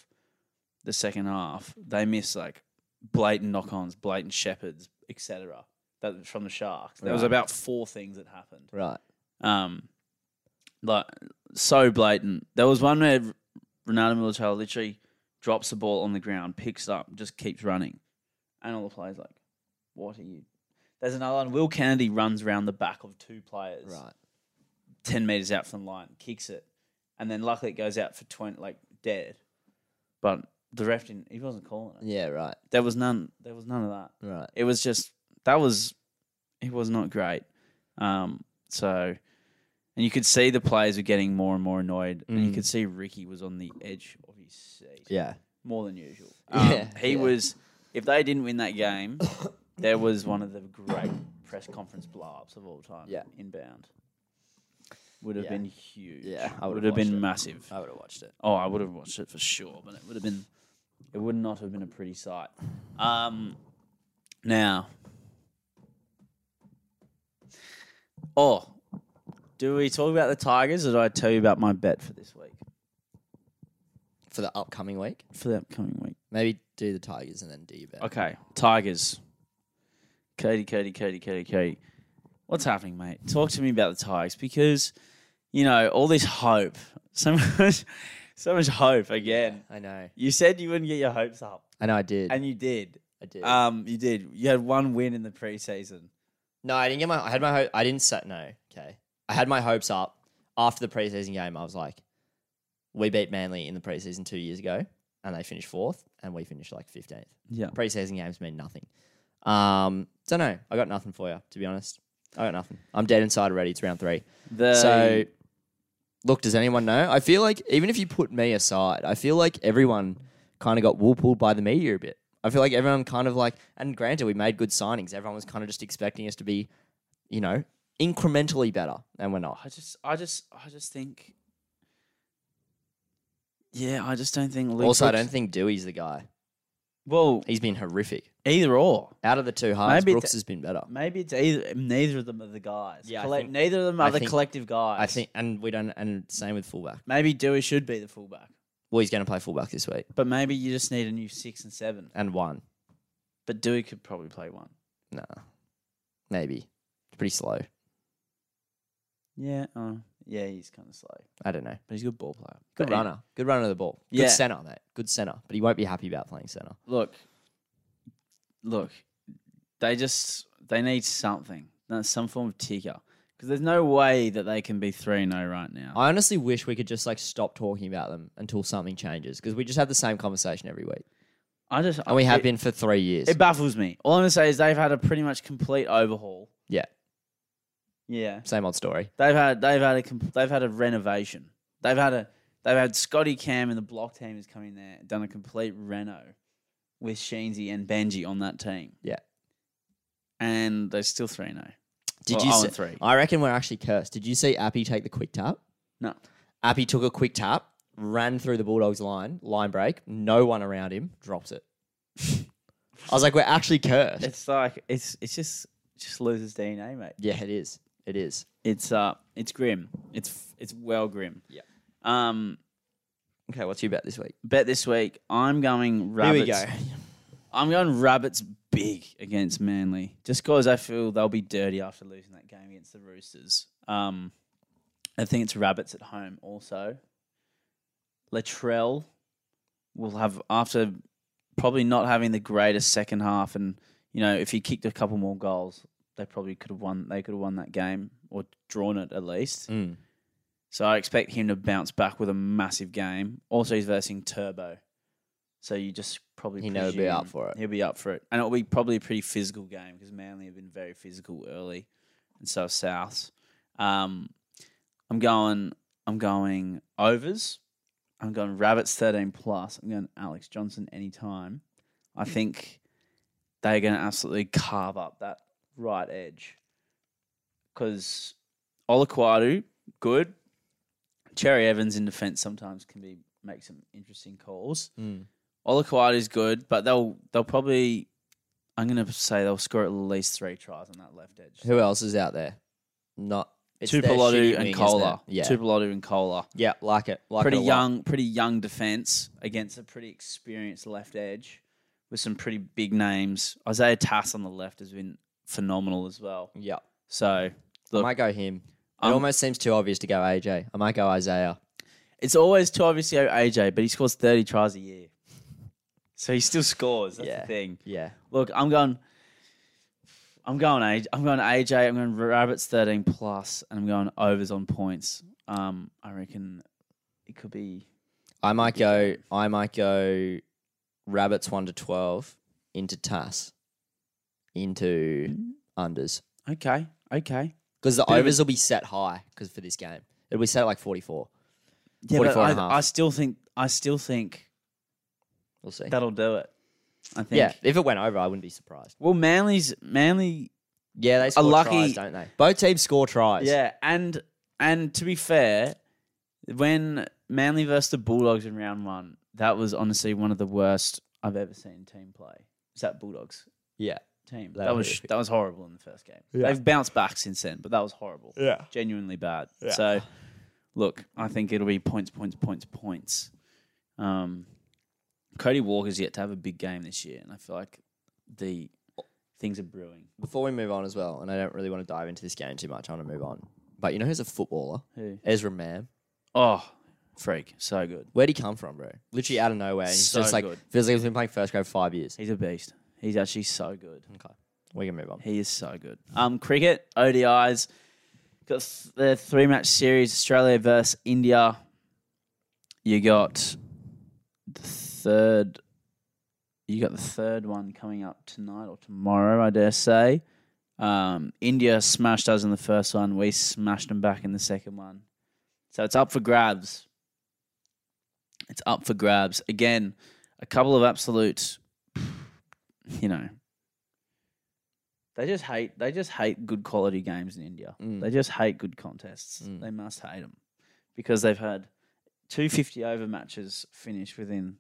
Speaker 2: the second half. They missed like blatant knock-ons, blatant shepherds, etc. That from the Sharks. There was
Speaker 1: Right.
Speaker 2: about four things that happened
Speaker 1: Right.
Speaker 2: um, like so blatant. There was one where Ronaldo Militao literally drops the ball on the ground, picks it up, just keeps running, and all the players like, "What are you?" There's another one. Will Kennedy runs around the back of two players,
Speaker 1: Right.
Speaker 2: ten meters out from the line, kicks it, and then luckily it goes out for twenty, like dead. But the ref didn't. He wasn't calling it.
Speaker 1: Yeah, right.
Speaker 2: There was none. There was none of that
Speaker 1: Right.
Speaker 2: it was just that was it was not great. Um, so and you could see the players were getting more and more annoyed, and you
Speaker 1: Mm.
Speaker 2: could see Ricky was on the edge of his seat
Speaker 1: Yeah.
Speaker 2: more than usual. Um,
Speaker 1: Yeah,
Speaker 2: he
Speaker 1: yeah.
Speaker 2: was. If they didn't win that game, there was one of the great press conference blow-ups of all time.
Speaker 1: Yeah.
Speaker 2: inbound would have
Speaker 1: Yeah.
Speaker 2: been huge.
Speaker 1: Yeah, I
Speaker 2: would,
Speaker 1: would've
Speaker 2: have been
Speaker 1: watched it.
Speaker 2: massive.
Speaker 1: I would have watched it.
Speaker 2: Oh, I would have watched it for sure, but it would have been, it would not have been a pretty sight. Um, now, oh, do we talk about the Tigers, or do I tell you about my bet for this week,
Speaker 1: For the upcoming week,
Speaker 2: for the upcoming week?
Speaker 1: maybe do the Tigers and then do your bet.
Speaker 2: Okay, Tigers. Cody, Cody, Cody, Cody, Cody. What's happening, mate? Talk to me about the Tigers because, you know, all this hope, so much, so much hope again.
Speaker 1: I know.
Speaker 2: You said you wouldn't get your hopes up.
Speaker 1: I know I did.
Speaker 2: And you did.
Speaker 1: I did.
Speaker 2: Um, you did. You had one win in the preseason.
Speaker 1: no, I didn't get my. I had my. Ho- I didn't set. No. Okay. I had my hopes up after the preseason game. I was like, we beat Manly in the preseason two years ago, and they finished fourth, and we finished like fifteenth.
Speaker 2: Yeah.
Speaker 1: Preseason games mean nothing. Um, don't know. I got nothing for you, to be honest. I got nothing. I'm dead inside already. It's round three.
Speaker 2: The,
Speaker 1: So, look, does anyone know? I feel like even if you put me aside, I feel like everyone kind of got wool pulled by the media a bit. I feel like everyone kind of like, and granted, we made good signings. Everyone was kind of just expecting us to be, you know, incrementally better, and we're not.
Speaker 2: I just, I just, I just think. Yeah, I just don't think. Luke
Speaker 1: also, I
Speaker 2: Brooks-
Speaker 1: don't think Dewey's the guy.
Speaker 2: Well,
Speaker 1: He's been horrific.
Speaker 2: either or.
Speaker 1: Out of the two halves,
Speaker 2: Maybe
Speaker 1: Brooks
Speaker 2: it's-
Speaker 1: has been better.
Speaker 2: Maybe it's either. Neither of them are the guys.
Speaker 1: Yeah, I
Speaker 2: Colle-
Speaker 1: think-
Speaker 2: neither of them
Speaker 1: I
Speaker 2: are the
Speaker 1: think-
Speaker 2: collective guys.
Speaker 1: I think, and we don't, and same with fullback.
Speaker 2: maybe Dewey should be the fullback,
Speaker 1: Well, he's going to play fullback this week
Speaker 2: but maybe you just need a new six and seven.
Speaker 1: and one.
Speaker 2: But Dewey could probably play one.
Speaker 1: No, maybe it's pretty slow.
Speaker 2: Yeah. Uh, yeah, he's kind of slow,
Speaker 1: I don't know.
Speaker 2: but he's a good ball player.
Speaker 1: Good
Speaker 2: But
Speaker 1: runner, good runner of the ball. Good
Speaker 2: Yeah.
Speaker 1: center, mate. Good center, but he won't be happy about playing center.
Speaker 2: look, look, they just they need something, No, some form of ticker, because there's no way that they can be three and zero right now.
Speaker 1: I honestly wish we could just like stop talking about them until something changes because we just have the same conversation every week,
Speaker 2: I just
Speaker 1: and we have
Speaker 2: it,
Speaker 1: been for three years.
Speaker 2: It baffles me. All I'm gonna say is they've had a pretty much complete overhaul.
Speaker 1: yeah,
Speaker 2: Yeah,
Speaker 1: same old story.
Speaker 2: they've had they've had a com- they've had a renovation. They've had a they've had Scotty Cam and the block team has come in there and done a complete reno with Sheensy and Benji on that team.
Speaker 1: Yeah.
Speaker 2: and they're still three and zero.
Speaker 1: Did
Speaker 2: Well,
Speaker 1: you?
Speaker 2: oh
Speaker 1: See,
Speaker 2: and three.
Speaker 1: I reckon we're actually cursed. Did you see Appy take the quick tap?
Speaker 2: No.
Speaker 1: Appy took a quick tap, ran through the Bulldogs line, line break, no one around him, drops it. I was like, we're actually cursed.
Speaker 2: It's like it's it's just just loses DNA, mate.
Speaker 1: yeah, it is. It is.
Speaker 2: It's uh, it's grim. It's it's well grim.
Speaker 1: Yeah.
Speaker 2: Um,
Speaker 1: Okay, what's your bet this week?
Speaker 2: bet this week I'm going
Speaker 1: Here
Speaker 2: rabbits.
Speaker 1: we go.
Speaker 2: I'm going rabbits big against Manly, just because I feel they'll be dirty after losing that game against the Roosters. Um, I think it's rabbits at home also. Latrell will have after probably not having the greatest second half, and you know if he kicked a couple more goals, they probably could have won. They could have won that game or drawn it at least.
Speaker 1: Mm.
Speaker 2: So I expect him to bounce back with a massive game. Also, he's versing Turbo, so you just probably
Speaker 1: He know he'll be up
Speaker 2: presume
Speaker 1: for it.
Speaker 2: He'll be up for it, and it'll be probably a pretty physical game because Manly have been very physical early, and so have Souths. Um, I'm going. I'm going overs. I'm going rabbits thirteen plus. I'm going Alex Johnson anytime. I think they're going to absolutely carve up that right edge because Olaquadu good. Cherry Evans in defence sometimes can be make some interesting calls.
Speaker 1: Mm.
Speaker 2: Olaquad is good, but they'll they'll probably I'm gonna say they'll score at least three tries on that left edge.
Speaker 1: Who else is out there? Not it's their shitty
Speaker 2: Tupolotu
Speaker 1: wing, isn't
Speaker 2: and
Speaker 1: it?
Speaker 2: Kola.
Speaker 1: Yeah.
Speaker 2: Tupolotu and Kola.
Speaker 1: yeah, like it. Like
Speaker 2: pretty
Speaker 1: it a lot.
Speaker 2: young, pretty young defense against a pretty experienced left edge with some pretty big names. Isaiah Tass on the left has been phenomenal as well.
Speaker 1: Yeah.
Speaker 2: So
Speaker 1: I
Speaker 2: Look,
Speaker 1: might go him. It
Speaker 2: I'm-
Speaker 1: almost seems too obvious to go AJ. I might go Isaiah.
Speaker 2: It's always too obvious to go AJ, but he scores 30 tries a year. So he still scores. That's
Speaker 1: Yeah.
Speaker 2: the thing.
Speaker 1: Yeah.
Speaker 2: Look, I'm going. I'm going AJ. I'm going AJ. I'm going Rabbits 13 plus, and I'm going overs on points. Um, I reckon it could be.
Speaker 1: I might go. I might go. Rabbits one to twelve into Tass into unders
Speaker 2: Okay. Okay.
Speaker 1: because the
Speaker 2: Bit of a-
Speaker 1: overs will be set high because for this game it'll be set at like forty four.
Speaker 2: Yeah,
Speaker 1: 44
Speaker 2: but
Speaker 1: and a half.
Speaker 2: I, I still think I still think
Speaker 1: We'll see.
Speaker 2: that'll do it. I think.
Speaker 1: Yeah, if it went over, I wouldn't be surprised.
Speaker 2: Well, Manly's Manly
Speaker 1: Yeah, they score
Speaker 2: lucky-
Speaker 1: tries, don't they? Both teams score tries.
Speaker 2: Yeah, and and to be fair, when Manly versus the Bulldogs in round one, that was honestly one of the worst I've ever seen team play. Is that Bulldogs
Speaker 1: yeah,
Speaker 2: team?
Speaker 1: They
Speaker 2: that
Speaker 1: were
Speaker 2: was
Speaker 1: horrific.
Speaker 2: that was horrible in the first game.
Speaker 1: Yeah.
Speaker 2: They've bounced back since then, but that was horrible.
Speaker 1: yeah.
Speaker 2: Genuinely bad.
Speaker 1: Yeah.
Speaker 2: So look, I think it'll be points, points, points, points. Um Cody Walker's yet to have a big game this year, and I feel like the things are brewing.
Speaker 1: Before we move on as well, and I don't really want to dive into this game too much. I want to move on. But you know who's a footballer?
Speaker 2: Who?
Speaker 1: Ezra Mam.
Speaker 2: Oh, freak. So good.
Speaker 1: Where'd he come from, bro? Literally out of nowhere. and He's
Speaker 2: So
Speaker 1: just like
Speaker 2: good.
Speaker 1: feels like he's been playing first grade for five years.
Speaker 2: He's a beast. He's actually so good.
Speaker 1: Okay, we can move on.
Speaker 2: He is so good. Um, cricket ODIs got th- the three match series Australia versus India. You got the third. You got the third one coming up tonight or tomorrow, I dare say. Um, India smashed us in the first one. We smashed them back in the second one. So it's up for grabs. It's up for grabs again. A couple of absolute, you know, they just hate. They just hate good quality games in India.
Speaker 1: Mm.
Speaker 2: They just hate good contests.
Speaker 1: Mm.
Speaker 2: They must hate them because they've had two fifty over matches finish within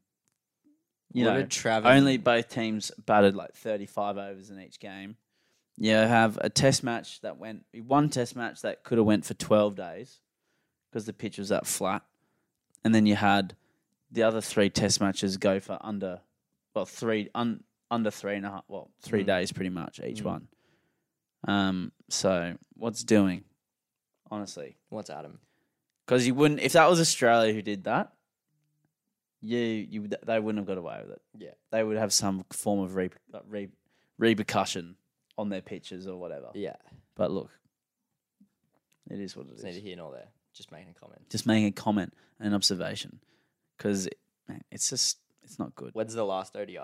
Speaker 2: You
Speaker 1: What
Speaker 2: know,
Speaker 1: did Trav and-
Speaker 2: only both teams batted like 35 overs in each game. You have a test match that went one test match that could have went for 12 days because the pitch was that flat, and then you had the other three test matches go for under well three un, under three and a half well three
Speaker 1: Mm.
Speaker 2: days pretty much each
Speaker 1: Mm.
Speaker 2: one. Um, so what's doing honestly?
Speaker 1: What's Adam?
Speaker 2: Because you wouldn't if that was Australia who did that, you you would- they wouldn't have got away with it.
Speaker 1: Yeah.
Speaker 2: They would have some form of re, uh, re, repercussion on their pitches or whatever.
Speaker 1: Yeah.
Speaker 2: But look, it is what it
Speaker 1: It's neither
Speaker 2: is.
Speaker 1: here nor there. Just making a comment.
Speaker 2: Just making a comment, an observation, because it's just it's not good.
Speaker 1: When's the last ODI?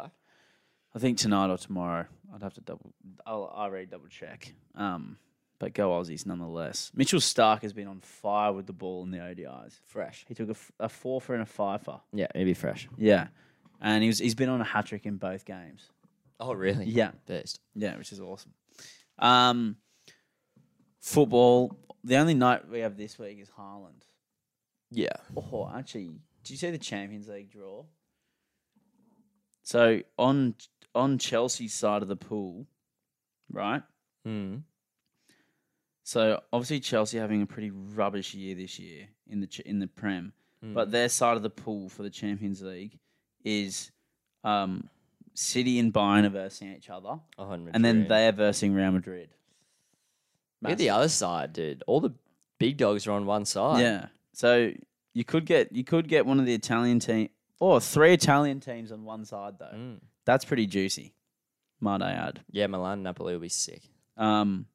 Speaker 2: I think tonight or tomorrow. I'd have to double. I'll I'll already double check. Um, but go Aussies nonetheless. Mitchell Stark has been on fire with the ball in the ODIs.
Speaker 1: Fresh.
Speaker 2: He took a, f- a four for and a five for.
Speaker 1: Yeah, maybe fresh.
Speaker 2: Yeah, and he was, he's been on a hat trick in both games.
Speaker 1: Oh, really?
Speaker 2: Yeah,
Speaker 1: Best.
Speaker 2: yeah, which is awesome. Um, football. The only night we have this week is Haaland.
Speaker 1: Yeah.
Speaker 2: Oh, actually, did you see the Champions League draw? So on on Chelsea's side of the pool, right?
Speaker 1: Mm.
Speaker 2: So obviously Chelsea having a pretty rubbish year this year in the Ch- in the Prem, but
Speaker 1: Mm.
Speaker 2: their side of the pool for the Champions League is um, City and Bayern are versing each other, and then they're versing Real Madrid.
Speaker 1: Look at the other side, dude. All the big dogs are on one side.
Speaker 2: Yeah. So you could get you could get one of the Italian team or three Italian teams on one side though.
Speaker 1: Mm.
Speaker 2: That's pretty juicy, might I add.
Speaker 1: Yeah, Milan Napoli will be sick.
Speaker 2: Um,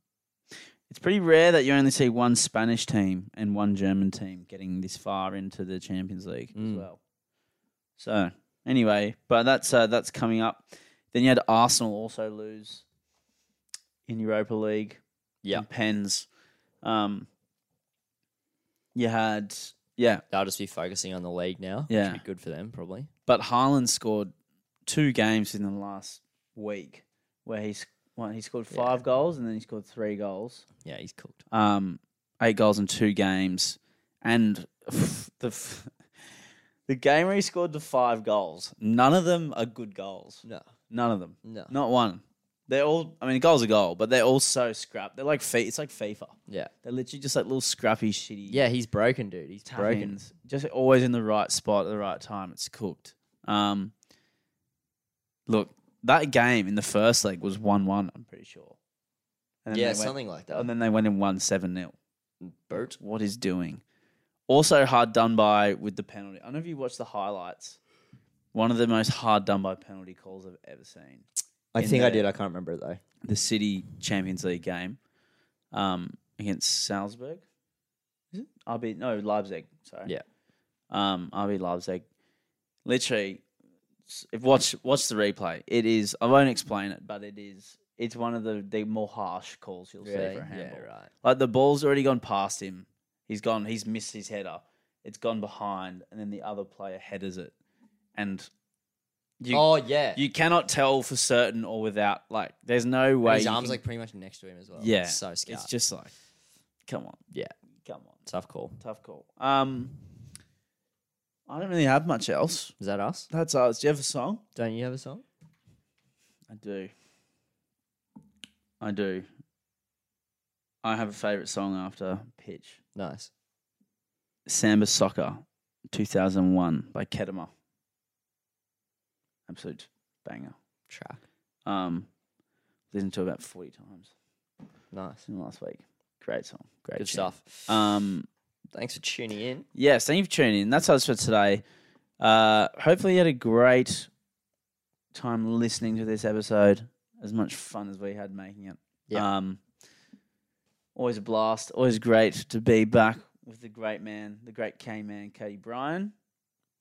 Speaker 2: it's pretty rare that you only see one Spanish team and one German team getting this far into the Champions League as
Speaker 1: Mm.
Speaker 2: well. So anyway, but that's uh, that's coming up. Then you had Arsenal also lose in Europa League.
Speaker 1: Yeah.
Speaker 2: and Pens. Um, you had yeah,
Speaker 1: They'll just be focusing on the league now.
Speaker 2: Yeah.
Speaker 1: Which would be good for them, probably.
Speaker 2: but Haaland scored two games in the last week where he's well, he scored
Speaker 1: Yeah.
Speaker 2: five goals and then he scored three goals.
Speaker 1: Yeah, he's cooked.
Speaker 2: um, eight goals in two games, and the f- the game where he scored the five goals, none of them are good goals.
Speaker 1: No.
Speaker 2: None of them,
Speaker 1: No.
Speaker 2: not one. They're all. I mean, a goal's a goal, but they're all so scrap. They're like feet. It's like FIFA.
Speaker 1: Yeah.
Speaker 2: They're literally just like little scrappy, shitty.
Speaker 1: Yeah, he's broken, dude. He's
Speaker 2: tap
Speaker 1: broken.
Speaker 2: ins. Just always in the right spot at the right time. It's cooked. Um, look, that game in the first leg was one-one. I'm pretty sure. And then
Speaker 1: Yeah,
Speaker 2: they went-
Speaker 1: something like that.
Speaker 2: and then they went in one seven 0
Speaker 1: Boot.
Speaker 2: what he's doing. Also hard done by with the penalty. I don't know if you watched the highlights. One of the most hard done by penalty calls I've ever seen.
Speaker 1: I
Speaker 2: in
Speaker 1: think I
Speaker 2: the-
Speaker 1: did. I can't remember it, though.
Speaker 2: The City Champions League game um, against Salzburg. Is it? RB no Leipzig. Sorry.
Speaker 1: Yeah.
Speaker 2: Um, RB Leipzig. Literally, s- if watch watch the replay. It is. I won't explain it, but it is. It's one of the, the more harsh calls you'll see for a handball.
Speaker 1: Yeah, right.
Speaker 2: Like the ball's already gone past him. He's gone. He's missed his header. It's gone behind, and then the other player headers it, and you
Speaker 1: oh, yeah.
Speaker 2: you cannot tell for certain or without. Like there's no
Speaker 1: And
Speaker 2: way
Speaker 1: his
Speaker 2: you
Speaker 1: arms
Speaker 2: can-
Speaker 1: like pretty much next to him as well.
Speaker 2: yeah.
Speaker 1: It's so scary.
Speaker 2: It's just like, come on,
Speaker 1: Yeah.
Speaker 2: come on,
Speaker 1: tough call.
Speaker 2: tough call. Um, I don't really have much else.
Speaker 1: Is that us?
Speaker 2: That's ours. Do you have a song?
Speaker 1: Don't you have a song?
Speaker 2: I do. I do. I have a favorite song after pitch.
Speaker 1: Nice.
Speaker 2: Samba Soccer 2001 by Kedema. Absolute banger.
Speaker 1: Track.
Speaker 2: Um, listened to it about 40 times
Speaker 1: Nice.
Speaker 2: in the last week. Great song. Great
Speaker 1: Good
Speaker 2: tune.
Speaker 1: stuff.
Speaker 2: Um,
Speaker 1: Thanks for tuning in.
Speaker 2: yes, thank you for tuning in. That's us for today. Uh, hopefully, you had a great time listening to this episode. As much fun as we had making it.
Speaker 1: Yeah.
Speaker 2: Um, always a blast. Always great to be back with the great man, the great K man, Cody Bryan.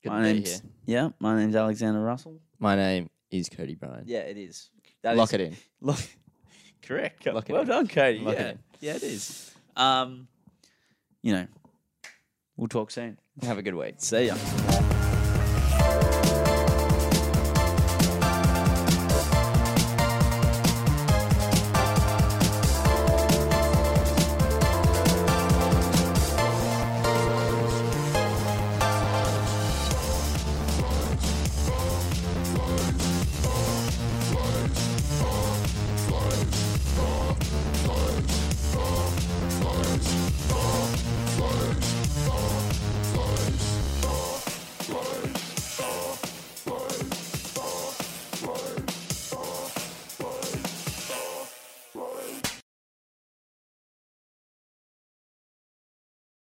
Speaker 1: Good
Speaker 2: my
Speaker 1: to be
Speaker 2: name's
Speaker 1: here.
Speaker 2: yeah. My name's Alexander Russell.
Speaker 1: My name is Cody Bryan.
Speaker 2: Yeah, it is. That
Speaker 1: Lock
Speaker 2: is-
Speaker 1: it in.
Speaker 2: Lock, correct.
Speaker 1: Lock it
Speaker 2: well
Speaker 1: in.
Speaker 2: done, Cody.
Speaker 1: Lock it
Speaker 2: yeah,
Speaker 1: in.
Speaker 2: yeah, it is. Um, you know, we'll talk soon.
Speaker 1: Have a good week.
Speaker 2: See ya.